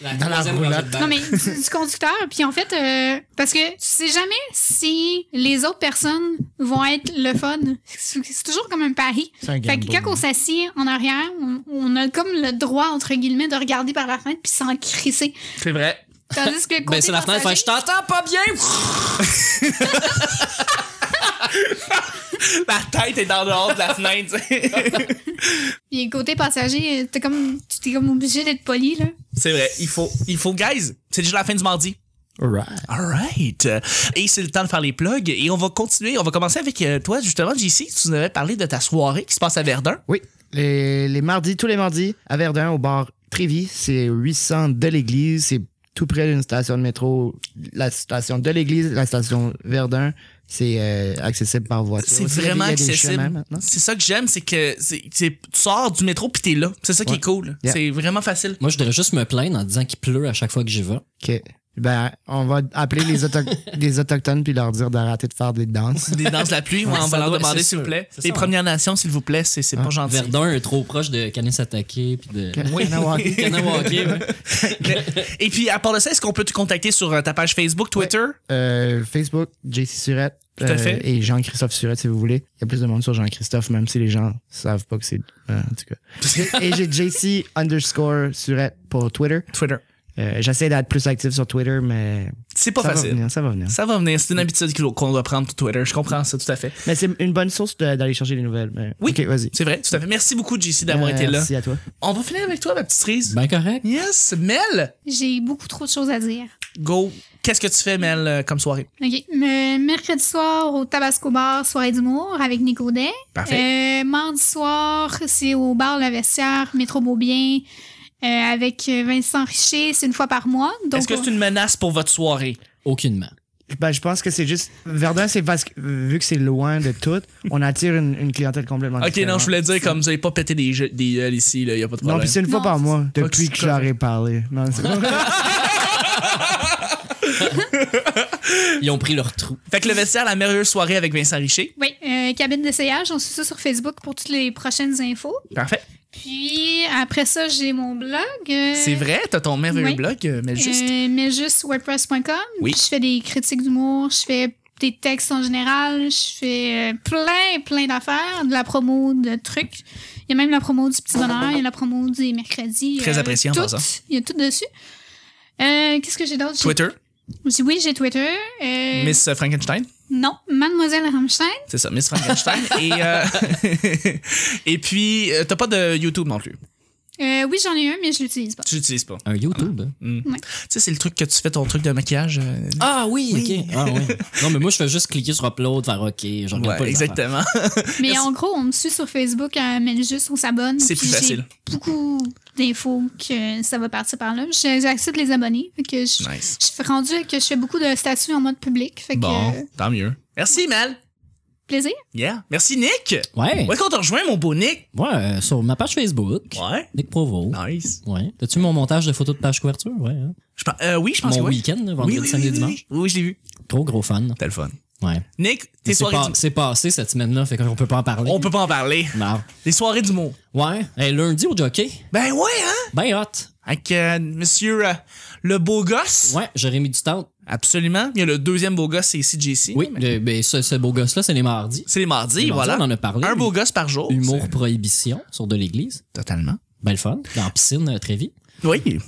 [SPEAKER 5] La
[SPEAKER 1] Dans la
[SPEAKER 5] troisième
[SPEAKER 1] roulotte.
[SPEAKER 5] rangée de
[SPEAKER 6] non
[SPEAKER 5] balle.
[SPEAKER 6] mais du, du conducteur. Puis en fait, euh, parce que tu sais jamais si les autres personnes vont être le fun. C'est c'est toujours comme un pari.
[SPEAKER 1] C'est un
[SPEAKER 6] Fait
[SPEAKER 1] gamble.
[SPEAKER 6] que quand on s'assied en arrière, on, on a comme le droit, entre guillemets, de regarder par la fenêtre puis s'en crisser.
[SPEAKER 2] C'est vrai.
[SPEAKER 6] Tandis que
[SPEAKER 5] Ben,
[SPEAKER 6] côté
[SPEAKER 5] c'est la fenêtre. fait,
[SPEAKER 6] passager,
[SPEAKER 5] Je t'entends pas bien.
[SPEAKER 2] Ma tête est dans dehors de la fenêtre. tu (laughs) sais.
[SPEAKER 6] Puis côté passager, t'es comme, tu t'es comme obligé d'être poli, là.
[SPEAKER 2] c'est vrai. Il faut, il faut, guys. C'est déjà la fin du mardi.
[SPEAKER 1] Right.
[SPEAKER 2] Alright. Et c'est le temps de faire les plugs. Et on va continuer. On va commencer avec euh, toi, justement, JC. Tu nous avais parlé de ta soirée qui se passe à Verdun.
[SPEAKER 1] Oui, les, les mardis, tous les mardis, à Verdun, au bar Trévis, c'est 800 de l'église, c'est tout près d'une station de métro, la station de l'église, la station Verdun, c'est euh, accessible par voiture.
[SPEAKER 2] C'est
[SPEAKER 1] Il y a des-
[SPEAKER 2] vraiment
[SPEAKER 1] il y a des chemins
[SPEAKER 2] accessible.
[SPEAKER 1] maintenant.
[SPEAKER 2] C'est ça que j'aime, c'est que c'est- c'est- tu sors du métro puis t'es là. C'est ça qui
[SPEAKER 1] Ouais.
[SPEAKER 2] est cool.
[SPEAKER 1] Yeah.
[SPEAKER 2] C'est vraiment facile.
[SPEAKER 5] Moi, je devrais juste me plaindre en disant qu'il pleut à chaque fois que j'y vais.
[SPEAKER 1] OK. Ben, on va appeler les, auto- (laughs) les Autochtones puis leur dire d'arrêter de faire des danses. (laughs)
[SPEAKER 2] Des danses de la pluie, ouais,
[SPEAKER 5] Ouais,
[SPEAKER 2] on va
[SPEAKER 5] ça
[SPEAKER 2] leur
[SPEAKER 5] doit-
[SPEAKER 2] demander
[SPEAKER 5] c'est
[SPEAKER 2] s'il vous
[SPEAKER 5] sûr.
[SPEAKER 2] plaît.
[SPEAKER 5] C'est
[SPEAKER 2] Les
[SPEAKER 5] ça,
[SPEAKER 2] Premières Nations, s'il vous plaît, c'est
[SPEAKER 1] Ah,
[SPEAKER 2] c'est pas gentil.
[SPEAKER 5] Verdun est trop proche de Canis attaqué puis de
[SPEAKER 1] (laughs) Oui.
[SPEAKER 5] Kanawake.
[SPEAKER 2] (laughs)
[SPEAKER 5] ouais.
[SPEAKER 2] Et puis, à part de ça, est-ce qu'on peut te contacter sur euh, ta page Facebook, Twitter?
[SPEAKER 1] Euh, Facebook, JC Surette.
[SPEAKER 2] Tout à
[SPEAKER 1] euh,
[SPEAKER 2] fait.
[SPEAKER 1] et Jean-Christophe Surette, si vous voulez. Il y a plus de monde sur Jean-Christophe, même si les gens savent pas que c'est. euh, en tout
[SPEAKER 2] (laughs)
[SPEAKER 1] cas. et j'ai JC underscore Surette pour Twitter.
[SPEAKER 2] Twitter.
[SPEAKER 1] Euh, J'essaie d'être plus actif sur Twitter, mais.
[SPEAKER 2] C'est pas
[SPEAKER 1] ça Va
[SPEAKER 2] facile.
[SPEAKER 1] venir, ça va venir.
[SPEAKER 2] ça va venir. C'est une habitude qu'il- qu'on doit prendre sur Twitter. Je comprends ça tout à fait.
[SPEAKER 1] Mais c'est une bonne source de- d'aller chercher des nouvelles. mais-
[SPEAKER 2] Oui.
[SPEAKER 1] Ok, vas-y. Euh,
[SPEAKER 2] C'est vrai, tout à fait. Merci beaucoup, JC, d'avoir été là.
[SPEAKER 1] Merci à toi.
[SPEAKER 2] On va finir avec toi, ma petite cerise.
[SPEAKER 5] Ben correct.
[SPEAKER 2] Yes, Mel,
[SPEAKER 6] J'ai beaucoup trop de choses à dire.
[SPEAKER 2] go. Qu'est-ce que tu fais, Mel, euh, comme soirée?
[SPEAKER 6] OK. Me- mercredi soir au Tabasco Bar, soirée d'humour avec Nico Day. Euh, mardi soir, c'est au bar La Vestiaire, Métro Beaubien, euh, avec Vincent Richer. C'est une fois par mois. Donc,
[SPEAKER 2] Est-ce que c'est une menace pour votre soirée?
[SPEAKER 5] Aucunement.
[SPEAKER 1] Ben, je pense que c'est juste. Verdun, c'est parce que, vu que c'est loin de tout, on attire une, une clientèle complètement
[SPEAKER 2] Ok,
[SPEAKER 1] différente.
[SPEAKER 2] non, je voulais dire comme vous avez pas pété des, jeux- des gueules ici, là, y a pas de
[SPEAKER 1] Non,
[SPEAKER 2] problème.
[SPEAKER 1] puis c'est une fois
[SPEAKER 6] Non,
[SPEAKER 1] par
[SPEAKER 6] c'est-
[SPEAKER 1] mois, depuis
[SPEAKER 2] c'est
[SPEAKER 1] que j'aurais parlé. Non, c'est
[SPEAKER 5] Ils ont pris leur trou.
[SPEAKER 2] Fait que le vestiaire, la merveilleuse soirée avec Vincent Richer.
[SPEAKER 6] Oui, euh, cabine d'essayage. On suit ça sur Facebook pour toutes les prochaines infos.
[SPEAKER 2] Parfait.
[SPEAKER 6] Puis après ça, j'ai mon blog. euh,
[SPEAKER 2] C'est vrai, t'as ton merveilleux
[SPEAKER 6] Oui.
[SPEAKER 2] blog, euh, mais juste.
[SPEAKER 6] Euh, mais juste wordpress.com.
[SPEAKER 2] Oui.
[SPEAKER 6] Puis Je fais des critiques d'humour, je fais des textes en général, je fais euh, plein, plein d'affaires, de la promo, de trucs. Il y a même la promo du Petit Bonheur, il y a la promo des mercredis. euh,
[SPEAKER 2] Très apprécié en
[SPEAKER 6] tout.
[SPEAKER 2] passant.
[SPEAKER 6] Il y a tout dessus. Euh, Qu'est-ce que j'ai d'autre? J'ai-
[SPEAKER 2] Twitter,
[SPEAKER 6] j'ai- Oui, j'ai Twitter. Euh,
[SPEAKER 2] Miss Frankenstein.
[SPEAKER 6] Non, Mademoiselle Rammstein.
[SPEAKER 2] C'est ça, Miss
[SPEAKER 6] (laughs)
[SPEAKER 2] Frankenstein. et, euh, (laughs) et puis, euh, t'as pas de YouTube non plus.
[SPEAKER 6] Euh, oui, j'en ai un, mais je l'utilise pas.
[SPEAKER 2] Tu l'utilises pas.
[SPEAKER 5] Un YouTube. hein.
[SPEAKER 2] Tu sais, c'est le truc que tu fais ton truc de maquillage. euh,
[SPEAKER 5] Ah oui, ok. Ah, oui. Non, mais moi, je fais juste cliquer sur upload, faire ok. Je regarde
[SPEAKER 2] ouais,
[SPEAKER 5] pas les affaires. (laughs)
[SPEAKER 2] exactement.
[SPEAKER 6] Mais en gros, on me suit sur Facebook, euh, mais juste on s'abonne.
[SPEAKER 2] C'est
[SPEAKER 6] puis
[SPEAKER 2] plus
[SPEAKER 6] j'ai
[SPEAKER 2] facile.
[SPEAKER 6] beaucoup d'infos que ça va partir par là. Je- J'accepte les abonnés. Fait que je,
[SPEAKER 2] Nice.
[SPEAKER 6] je suis rendue que je fais beaucoup de statuts en mode public. Fait que euh,
[SPEAKER 2] Bon, tant mieux. Merci, Mel.
[SPEAKER 6] plaisir.
[SPEAKER 2] Yeah. Merci, Nick.
[SPEAKER 5] Ouais.
[SPEAKER 2] Où est-ce qu'on te rejoint, mon beau Nick?
[SPEAKER 5] Ouais, euh, sur ma page Facebook.
[SPEAKER 2] Ouais. Ah.
[SPEAKER 5] Nick Provo.
[SPEAKER 2] Nice.
[SPEAKER 5] Ouais. T'as-tu mon montage de photos de page couverture? Ouais. hein.
[SPEAKER 2] Je pense- euh, oui, je pense
[SPEAKER 5] Mon
[SPEAKER 2] que oui.
[SPEAKER 5] week-end, là,
[SPEAKER 2] Oui,
[SPEAKER 5] vendredi,
[SPEAKER 2] oui,
[SPEAKER 5] samedi,
[SPEAKER 2] oui, oui,
[SPEAKER 5] dimanche.
[SPEAKER 2] Oui, Oui, je l'ai vu.
[SPEAKER 5] Trop gros fan.
[SPEAKER 2] T'as le fun.
[SPEAKER 5] Ouais.
[SPEAKER 2] Nick, tes
[SPEAKER 5] Mais C'est
[SPEAKER 2] soirées
[SPEAKER 5] pas-
[SPEAKER 2] du
[SPEAKER 5] c'est passé cette semaine-là, fait qu'on peut pas en parler.
[SPEAKER 2] (laughs) On peut pas en parler.
[SPEAKER 5] Non.
[SPEAKER 2] Les soirées du mot.
[SPEAKER 5] Ouais. Hey, lundi au jockey.
[SPEAKER 2] Ben ouais, hein?
[SPEAKER 5] Ben hot.
[SPEAKER 2] Avec euh, monsieur euh, le beau gosse.
[SPEAKER 5] Ouais, Jérémy Dutemps.
[SPEAKER 2] Absolument. Il y a le deuxième beau gosse, c'est ici, JC.
[SPEAKER 5] Oui, le- ben, ce, ce beau gosse-là, c'est les mardis.
[SPEAKER 2] C'est les mardis,
[SPEAKER 5] Les mardis,
[SPEAKER 2] voilà.
[SPEAKER 5] on en a parlé.
[SPEAKER 2] Un beau gosse par jour.
[SPEAKER 5] Humour prohibition sur de l'église.
[SPEAKER 2] C'est- Totalement.
[SPEAKER 5] Belle fun. Dans la piscine, euh, très vite.
[SPEAKER 2] Oui.
[SPEAKER 1] (laughs) Il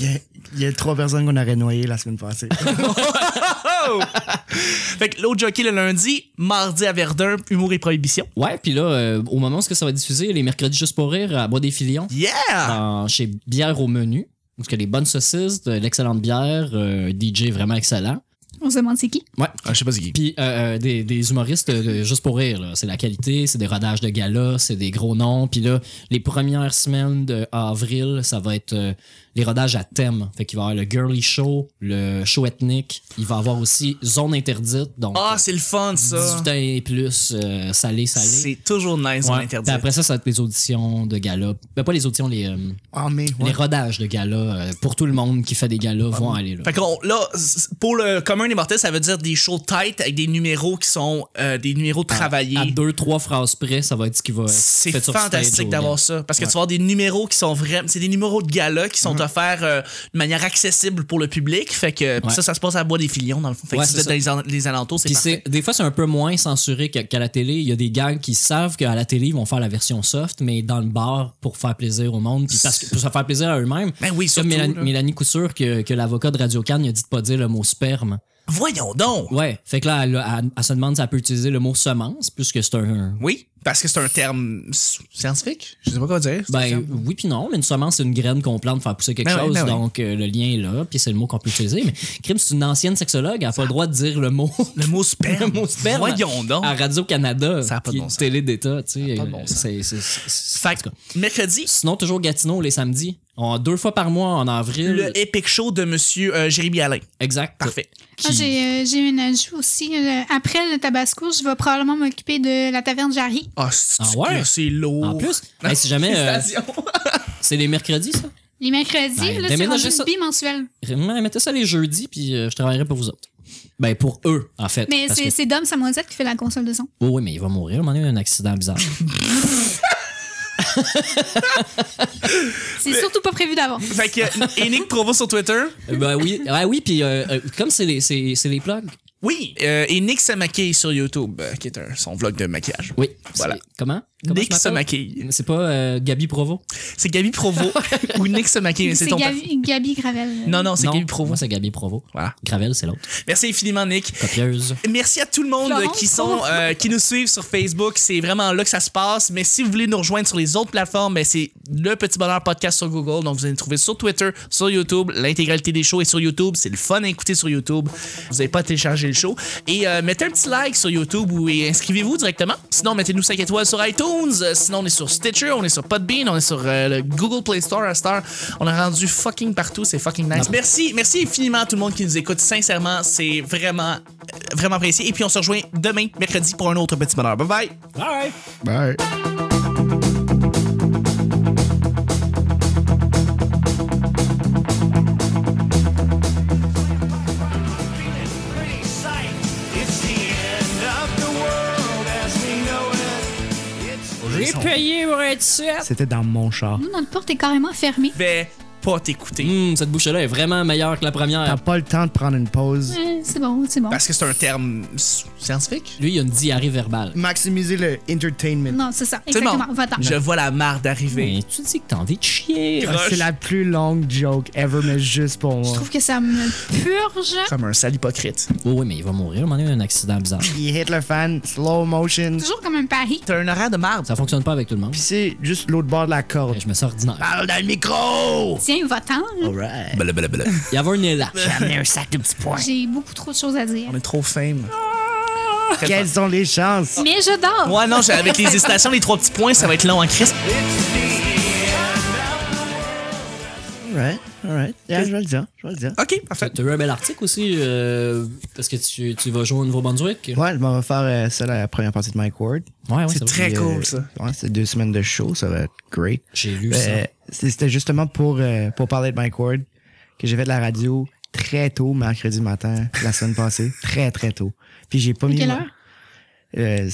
[SPEAKER 1] y, a, il y a trois personnes qu'on aurait noyées la semaine passée.
[SPEAKER 2] Wow! (laughs) fait que l'autre jockey le lundi, mardi à Verdun, humour et prohibition.
[SPEAKER 5] Ouais, puis là, euh, au moment où ce que ça va diffuser, les mercredis juste pour rire à Bois des Filions,
[SPEAKER 2] Yeah!
[SPEAKER 5] dans- chez Bière au menu, où il y a des bonnes saucisses, de l'excellente bière, euh, DJ vraiment excellent.
[SPEAKER 6] On se demande c'est qui.
[SPEAKER 5] Ouais.
[SPEAKER 2] Ah, je sais pas c'est qui.
[SPEAKER 5] Puis euh, euh, des, des humoristes euh, juste pour rire, là. c'est la qualité, c'est des rodages de gala, c'est des gros noms. Puis là, les premières semaines d'avril, ça va être euh, les rodages à thème. Fait qu'il va y avoir le girly show, le show ethnique. Il va y avoir aussi zone interdite, donc
[SPEAKER 2] Ah,
[SPEAKER 5] euh,
[SPEAKER 2] c'est le fun, ça.
[SPEAKER 5] 18 ans et plus, euh, salé, salé.
[SPEAKER 2] C'est toujours nice, on
[SPEAKER 5] Ouais.
[SPEAKER 2] interdit.
[SPEAKER 5] Puis après ça, ça va être les auditions de gala. Ben, pas les auditions, les, euh,
[SPEAKER 1] En mai, Ah, ouais.
[SPEAKER 5] les rodages de gala. euh, pour tout le monde qui fait des galas vont aller là.
[SPEAKER 2] Fait que là, c- pour le commun des mortels, ça veut dire des shows tight avec des numéros qui sont euh, des numéros travaillés.
[SPEAKER 5] Ah, À deux, trois phrases près, ça va être ce qui va être
[SPEAKER 2] c'est
[SPEAKER 5] fait sur stage
[SPEAKER 2] fantastique
[SPEAKER 5] au
[SPEAKER 2] d'avoir
[SPEAKER 5] gala.
[SPEAKER 2] ça. Parce que tu vas avoir des numéros qui sont vraiment. C'est des numéros de gala qui sont offerts euh, de manière accessible pour le public. Fait que pis
[SPEAKER 5] Ouais.
[SPEAKER 2] ça, ça se passe à bois des filions, dans le fond. Fait
[SPEAKER 5] Ouais,
[SPEAKER 2] que si vous
[SPEAKER 5] c'est
[SPEAKER 2] êtes dans les, an- les alentours, c'est
[SPEAKER 5] Puis
[SPEAKER 2] parfait.
[SPEAKER 5] c'est, des fois, c'est un peu moins censuré que- qu'à la télé. Il y a des gags qui savent qu'à la télé, ils vont faire la version soft, mais dans le bar pour faire plaisir au monde, puis parce que, pour se faire plaisir à eux-mêmes.
[SPEAKER 2] Ben oui, surtout.
[SPEAKER 5] Comme Mélanie,
[SPEAKER 2] là.
[SPEAKER 5] Mélanie Couture, que, que l'avocat de Radio Cannes, il a dit de pas dire le mot sperme.
[SPEAKER 2] Voyons donc!
[SPEAKER 5] Ouais. Fait que là, elle, elle- elle se demande si elle peut utiliser le mot semence, puisque c'est un.
[SPEAKER 2] Oui, parce que c'est un terme s- scientifique. Je sais pas quoi dire. C'est un
[SPEAKER 5] Ben
[SPEAKER 2] terme.
[SPEAKER 5] oui, puis non, mais une semence, c'est une graine qu'on plante pour faire pousser quelque
[SPEAKER 2] Ben oui,
[SPEAKER 5] chose.
[SPEAKER 2] ben oui.
[SPEAKER 5] donc euh, le lien est là, puis c'est le mot qu'on peut utiliser. Mais Crime, c'est une ancienne sexologue, elle n'a pas le droit de dire le mot. (laughs)
[SPEAKER 2] (laughs) le mot sperme.
[SPEAKER 5] Le mot sperme.
[SPEAKER 2] Voyons donc.
[SPEAKER 5] à Radio-Canada.
[SPEAKER 2] Ça a pas de
[SPEAKER 5] qui est
[SPEAKER 2] bon
[SPEAKER 5] une
[SPEAKER 2] sens.
[SPEAKER 5] télé d'État, tu sais.
[SPEAKER 2] Ça
[SPEAKER 5] euh,
[SPEAKER 2] a pas de bon sens.
[SPEAKER 5] C'est- c'est- c'est- c'est-
[SPEAKER 2] Fait
[SPEAKER 5] en tout
[SPEAKER 2] que
[SPEAKER 5] cas.
[SPEAKER 2] mercredi,
[SPEAKER 5] Sinon, toujours Gatineau les samedis. On a deux fois par mois en avril.
[SPEAKER 2] le epic show de monsieur euh, Jérémy Alain.
[SPEAKER 5] Exact.
[SPEAKER 2] Parfait.
[SPEAKER 5] Qui-
[SPEAKER 6] Ah, j'ai euh, j'ai une ajout aussi. euh, après le tabasco, je vais probablement m'occuper de la taverne Jarry.
[SPEAKER 2] Ah, c'est
[SPEAKER 5] Ah ouais?
[SPEAKER 2] que c'est lourd.
[SPEAKER 5] En plus,
[SPEAKER 2] Oh.
[SPEAKER 5] hey, si
[SPEAKER 2] (laughs)
[SPEAKER 5] jamais. euh,
[SPEAKER 2] Félicitations.
[SPEAKER 5] c'est les mercredis, ça?
[SPEAKER 6] Les mercredis,
[SPEAKER 5] Ben,
[SPEAKER 6] là, c'est
[SPEAKER 5] déménagez
[SPEAKER 6] rendu
[SPEAKER 5] ça.
[SPEAKER 6] bimensuel.
[SPEAKER 5] Vraiment, mettez ça les jeudis, puis euh, je travaillerai pour vous autres. Ben, pour eux, en fait.
[SPEAKER 6] Mais
[SPEAKER 5] parce
[SPEAKER 6] c'est
[SPEAKER 5] que-
[SPEAKER 6] c'est Dom Samoisette qui fait la console de son.
[SPEAKER 5] Oh, oui, mais il va mourir. à un moment donné, il y a un accident bizarre.
[SPEAKER 6] C'est surtout pas prévu d'avance.
[SPEAKER 2] Fait que, et Nick Provo sur Twitter.
[SPEAKER 5] Euh, (laughs) ben oui, ouais, oui puis euh, euh, comme c'est les, c'est, c'est les plugs.
[SPEAKER 2] Oui, euh, et Nick se maquille sur YouTube, euh, qui est un- son vlog de maquillage.
[SPEAKER 5] Oui.
[SPEAKER 2] Voilà.
[SPEAKER 5] c'est- Comment? Comment je
[SPEAKER 2] Nick se
[SPEAKER 5] m'appelle?
[SPEAKER 2] maquille.
[SPEAKER 5] C'est pas euh, Gabi Provo?
[SPEAKER 2] C'est Gabi Provo (laughs) ou Nick se maquille, mais c'est
[SPEAKER 6] C'est
[SPEAKER 2] ton
[SPEAKER 6] Gabi,
[SPEAKER 2] père.
[SPEAKER 6] Gabi Gravel.
[SPEAKER 2] Non, non, c'est
[SPEAKER 5] Non,
[SPEAKER 2] Gabi Provo.
[SPEAKER 5] moi, c'est Gabi Provo.
[SPEAKER 2] Voilà.
[SPEAKER 5] Gravel, c'est l'autre.
[SPEAKER 2] Merci infiniment, Nick.
[SPEAKER 5] Copieuse.
[SPEAKER 2] Merci à tout le monde
[SPEAKER 6] Florence,
[SPEAKER 2] euh, qui sont
[SPEAKER 6] Florence.
[SPEAKER 2] euh, qui nous suivent sur Facebook, c'est vraiment là que ça se passe, mais si vous voulez nous rejoindre sur les autres plateformes, ben, c'est le petit bonheur podcast sur Google, donc vous allez nous trouver sur Twitter, sur YouTube, l'intégralité des shows est sur YouTube, c'est le fun à écouter sur YouTube. Vous n'avez pas à télécharger le show et euh, mettez un petit like sur YouTube ou et inscrivez-vous directement. Sinon, mettez-nous 5 étoiles sur iTunes, Euh, sinon on est sur Stitcher, on est sur Podbean, on est sur euh, le Google Play Store à Star. On est rendu fucking partout, c'est fucking nice. Merci, merci infiniment à tout le monde qui nous écoute, sincèrement, c'est vraiment euh, vraiment apprécié et puis on se rejoint demain mercredi pour un autre petit bonheur. Bye bye.
[SPEAKER 5] Bye!
[SPEAKER 1] Bye.
[SPEAKER 7] pretty sight. It's the end of the world as we know it. It's
[SPEAKER 5] J'ai payé pour être sûr.
[SPEAKER 1] C'était dans mon char.
[SPEAKER 6] Nous, notre porte est carrément fermée.
[SPEAKER 2] Je vais pas t'écouter
[SPEAKER 5] Hum, cette bouchée-là est vraiment meilleure que la
[SPEAKER 1] T'as
[SPEAKER 5] première.
[SPEAKER 1] pas le temps de prendre une pause.
[SPEAKER 6] Euh, c'est bon, c'est bon.
[SPEAKER 2] parce que c'est un terme s- scientifique.
[SPEAKER 5] Lui, il a une diarrhée verbale.
[SPEAKER 1] Maximiser le entertainment.
[SPEAKER 6] Non, c'est ça.
[SPEAKER 2] C'est bon.
[SPEAKER 6] Exactement. Va-t'en.
[SPEAKER 2] Je vois la marde arriver.
[SPEAKER 5] Mais tu dis que t'as envie de chier.
[SPEAKER 2] Grosse.
[SPEAKER 1] C'est la plus longue joke ever, mais juste pour
[SPEAKER 6] Je
[SPEAKER 1] moi.
[SPEAKER 6] trouve que ça me purge.
[SPEAKER 2] Comme un sale hypocrite.
[SPEAKER 5] Oh oui, mais il va mourir. Il a eu un accident bizarre.
[SPEAKER 1] Il hit le fan, slow motion.
[SPEAKER 6] Toujours comme un pari.
[SPEAKER 2] T'as un horaire de marde.
[SPEAKER 5] Ça fonctionne pas avec tout le monde.
[SPEAKER 1] Puis c'est juste l'autre bord de la
[SPEAKER 5] Et
[SPEAKER 1] corde.
[SPEAKER 5] Je me sens ordinaire.
[SPEAKER 1] Parle dans le micro!
[SPEAKER 6] Tiens, va-t'en. là.
[SPEAKER 2] Euh,
[SPEAKER 1] Alright.
[SPEAKER 2] Blablabla.
[SPEAKER 5] Il y avait un élan.
[SPEAKER 2] Euh,
[SPEAKER 1] Amener un sac de petits pois.
[SPEAKER 6] J'ai beaucoup trop de choses à dire.
[SPEAKER 2] On est trop fame.
[SPEAKER 1] Quelles sont les chances?
[SPEAKER 6] Mais je dors.
[SPEAKER 2] Ouais, non, j'ai- avec les hésitations, les trois petits points, ça va être long en crise.
[SPEAKER 1] Alright, alright. Yeah, je vais le dire, je vais le dire.
[SPEAKER 2] Ok, parfait.
[SPEAKER 5] T'as eu un bel article aussi, euh, parce que tu, tu vas jouer au Nouveau-Brunswick.
[SPEAKER 1] Ouais, je m'en vais faire euh, ça la première partie de Mike Ward.
[SPEAKER 5] ouais,
[SPEAKER 2] c'est
[SPEAKER 5] ça va. euh,
[SPEAKER 2] très-
[SPEAKER 1] Puis,
[SPEAKER 2] cool, ça.
[SPEAKER 1] Ouais, c'est deux semaines de show, ça va être great.
[SPEAKER 5] J'ai lu
[SPEAKER 1] Euh,
[SPEAKER 5] ça.
[SPEAKER 1] c'est- C'était justement pour, euh, pour parler de Mike Ward que j'ai fait de la radio très tôt, mercredi matin, la semaine passée. Très, très tôt. Puis j'ai pas
[SPEAKER 6] À
[SPEAKER 1] mis.
[SPEAKER 6] quelle
[SPEAKER 1] ma-
[SPEAKER 6] heure?
[SPEAKER 1] Euh,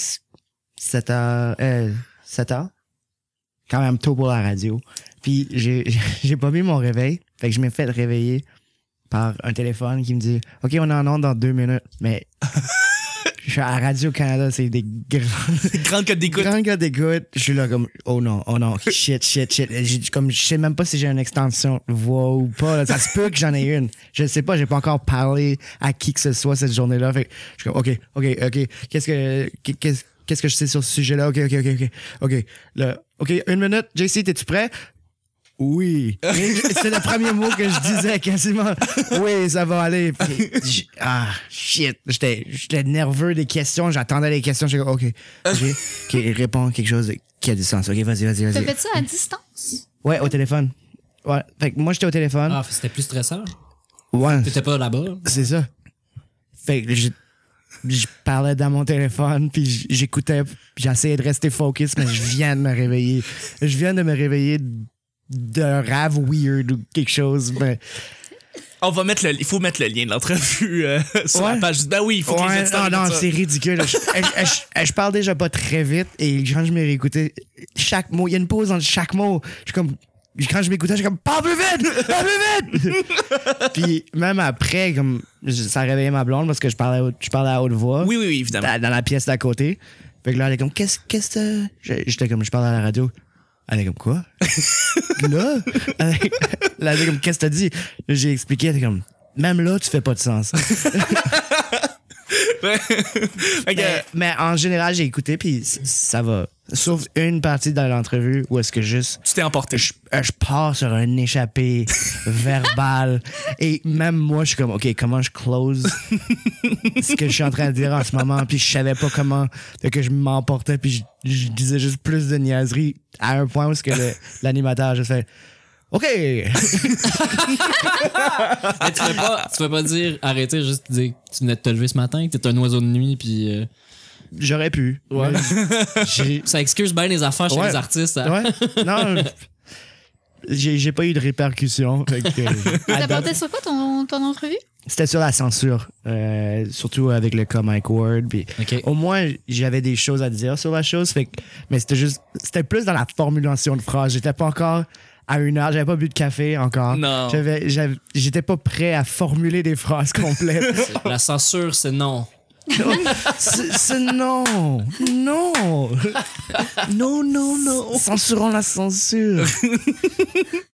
[SPEAKER 1] 7 heures. Euh, 7 heures? Quand même tôt pour la radio. Puis j'ai (laughs) j'ai pas mis mon réveil. Fait que je m'ai fait réveiller par un téléphone qui me dit OK, on est en onde dans deux minutes. Mais. (laughs) je- suis à Radio-Canada, c'est des grands.
[SPEAKER 2] Grande cote d'écoute.
[SPEAKER 1] Quand gars d'écoute, je suis là comme oh non, oh non, shit, shit, shit. J'ai- Comme je sais même pas si j'ai une extension voix ou pas. là. Ça se peut que j'en ai une. Je sais pas, j'ai pas encore parlé à qui que ce soit cette journée-là. Fait que je suis comme ok, ok, ok. Qu'est-ce que qu'est-ce qu'est-ce que je sais sur ce sujet-là Ok, ok, ok, ok, ok. Là, ok, une minute. JC, t'es-tu prêt oui. Et je- C'est le premier mot que je disais quasiment. Oui, ça va aller. Puis je- ah, shit. J'étais j'étais nerveux des questions. J'attendais les questions. J'étais comme, OK. OK. OK, réponds quelque chose de- qui a du sens. OK, vas-y, vas-y,
[SPEAKER 6] T'as
[SPEAKER 1] vas-y.
[SPEAKER 6] fait ça à distance?
[SPEAKER 1] Ouais, au téléphone. Ouais. Fait que moi, j'étais au téléphone.
[SPEAKER 5] Ah, c'était plus stressant.
[SPEAKER 1] Ouais.
[SPEAKER 5] T'étais pas là-bas.
[SPEAKER 1] C'est ça. Fait que je, je parlais dans mon téléphone, puis j- j'écoutais, puis j'essayais de rester focus, mais je viens de me réveiller. Je viens de me réveiller d'un rave weird ou quelque chose, mais...
[SPEAKER 2] On va mettre le, il faut mettre le lien de l'entrevue euh, sur la
[SPEAKER 1] Ouais.
[SPEAKER 2] page. Ben oui, il faut que les
[SPEAKER 1] Ouais, Ah,
[SPEAKER 2] auditeurs
[SPEAKER 1] non, non,
[SPEAKER 2] écoutent ça.
[SPEAKER 1] c'est ridicule. Je, je- je- je- je parle déjà pas très vite et quand je m'écoutais, chaque mot, il y a une pause entre chaque mot. Je suis comme, quand je m'écoutais, je suis comme, parle plus vite, parle plus vite.
[SPEAKER 2] (laughs)
[SPEAKER 1] Puis même après, comme, je- ça réveillait ma blonde parce que je parlais, à haute- je parlais à haute voix.
[SPEAKER 2] Oui, oui, oui, évidemment.
[SPEAKER 1] dans, dans la pièce d'à côté. Fait que là, elle est comme, qu'est-ce qu'est-ce que. t'as- J'étais comme, je parle à la radio. Elle est comme,
[SPEAKER 2] (laughs)
[SPEAKER 1] quoi? là? Elle est- là, elle est comme, qu'est-ce que t'as dit? Là, J'ai expliqué, elle est comme, même là, tu fais pas de sens.
[SPEAKER 2] Fait que, euh,
[SPEAKER 1] mais, mais en général, j'ai écouté, puis c- ça va. Sauf une partie dans l'entrevue où est-ce que juste.
[SPEAKER 2] tu t'es emporté.
[SPEAKER 1] Je, euh, je pars sur un échappé verbal. Et même moi, je suis comme, OK, comment je close ce que je suis en train de dire en ce moment? Puis je savais pas comment. Fait que je m'emportais, puis je, je disais juste plus de niaiseries à un point où est-ce que le- l'animateur, je fais, OK!
[SPEAKER 5] Mais tu peux
[SPEAKER 2] Ah.
[SPEAKER 5] pas, tu peux pas dire arrêter, juste dire que tu venais de te lever ce matin, que t'es un oiseau de nuit, puis euh,
[SPEAKER 1] J'aurais pu.
[SPEAKER 5] Ouais.
[SPEAKER 1] Mais j'ai-
[SPEAKER 5] ça excuse bien les affaires chez
[SPEAKER 1] Ouais.
[SPEAKER 5] les artistes. hein.
[SPEAKER 1] Ouais. Non. J'ai j'ai pas eu de répercussions. fait que, à
[SPEAKER 6] T'as
[SPEAKER 1] date-
[SPEAKER 6] porté sur quoi ton, ton entrevue?
[SPEAKER 1] C'était sur la censure, euh, surtout avec le Comic Word. puis
[SPEAKER 5] Ok.
[SPEAKER 1] Au moins, j'avais des choses à dire sur la chose, fait, que- mais c'était juste, c'était plus dans la formulation de phrase. J'étais pas encore à une heure, j'avais pas bu de café encore.
[SPEAKER 2] Non.
[SPEAKER 1] J'avais, j'avais- j'étais pas prêt à formuler des phrases
[SPEAKER 5] (laughs)
[SPEAKER 1] complètes.
[SPEAKER 5] La censure, c'est non.
[SPEAKER 1] c'est, c'est non, non, non, non, non. Censurons la censure.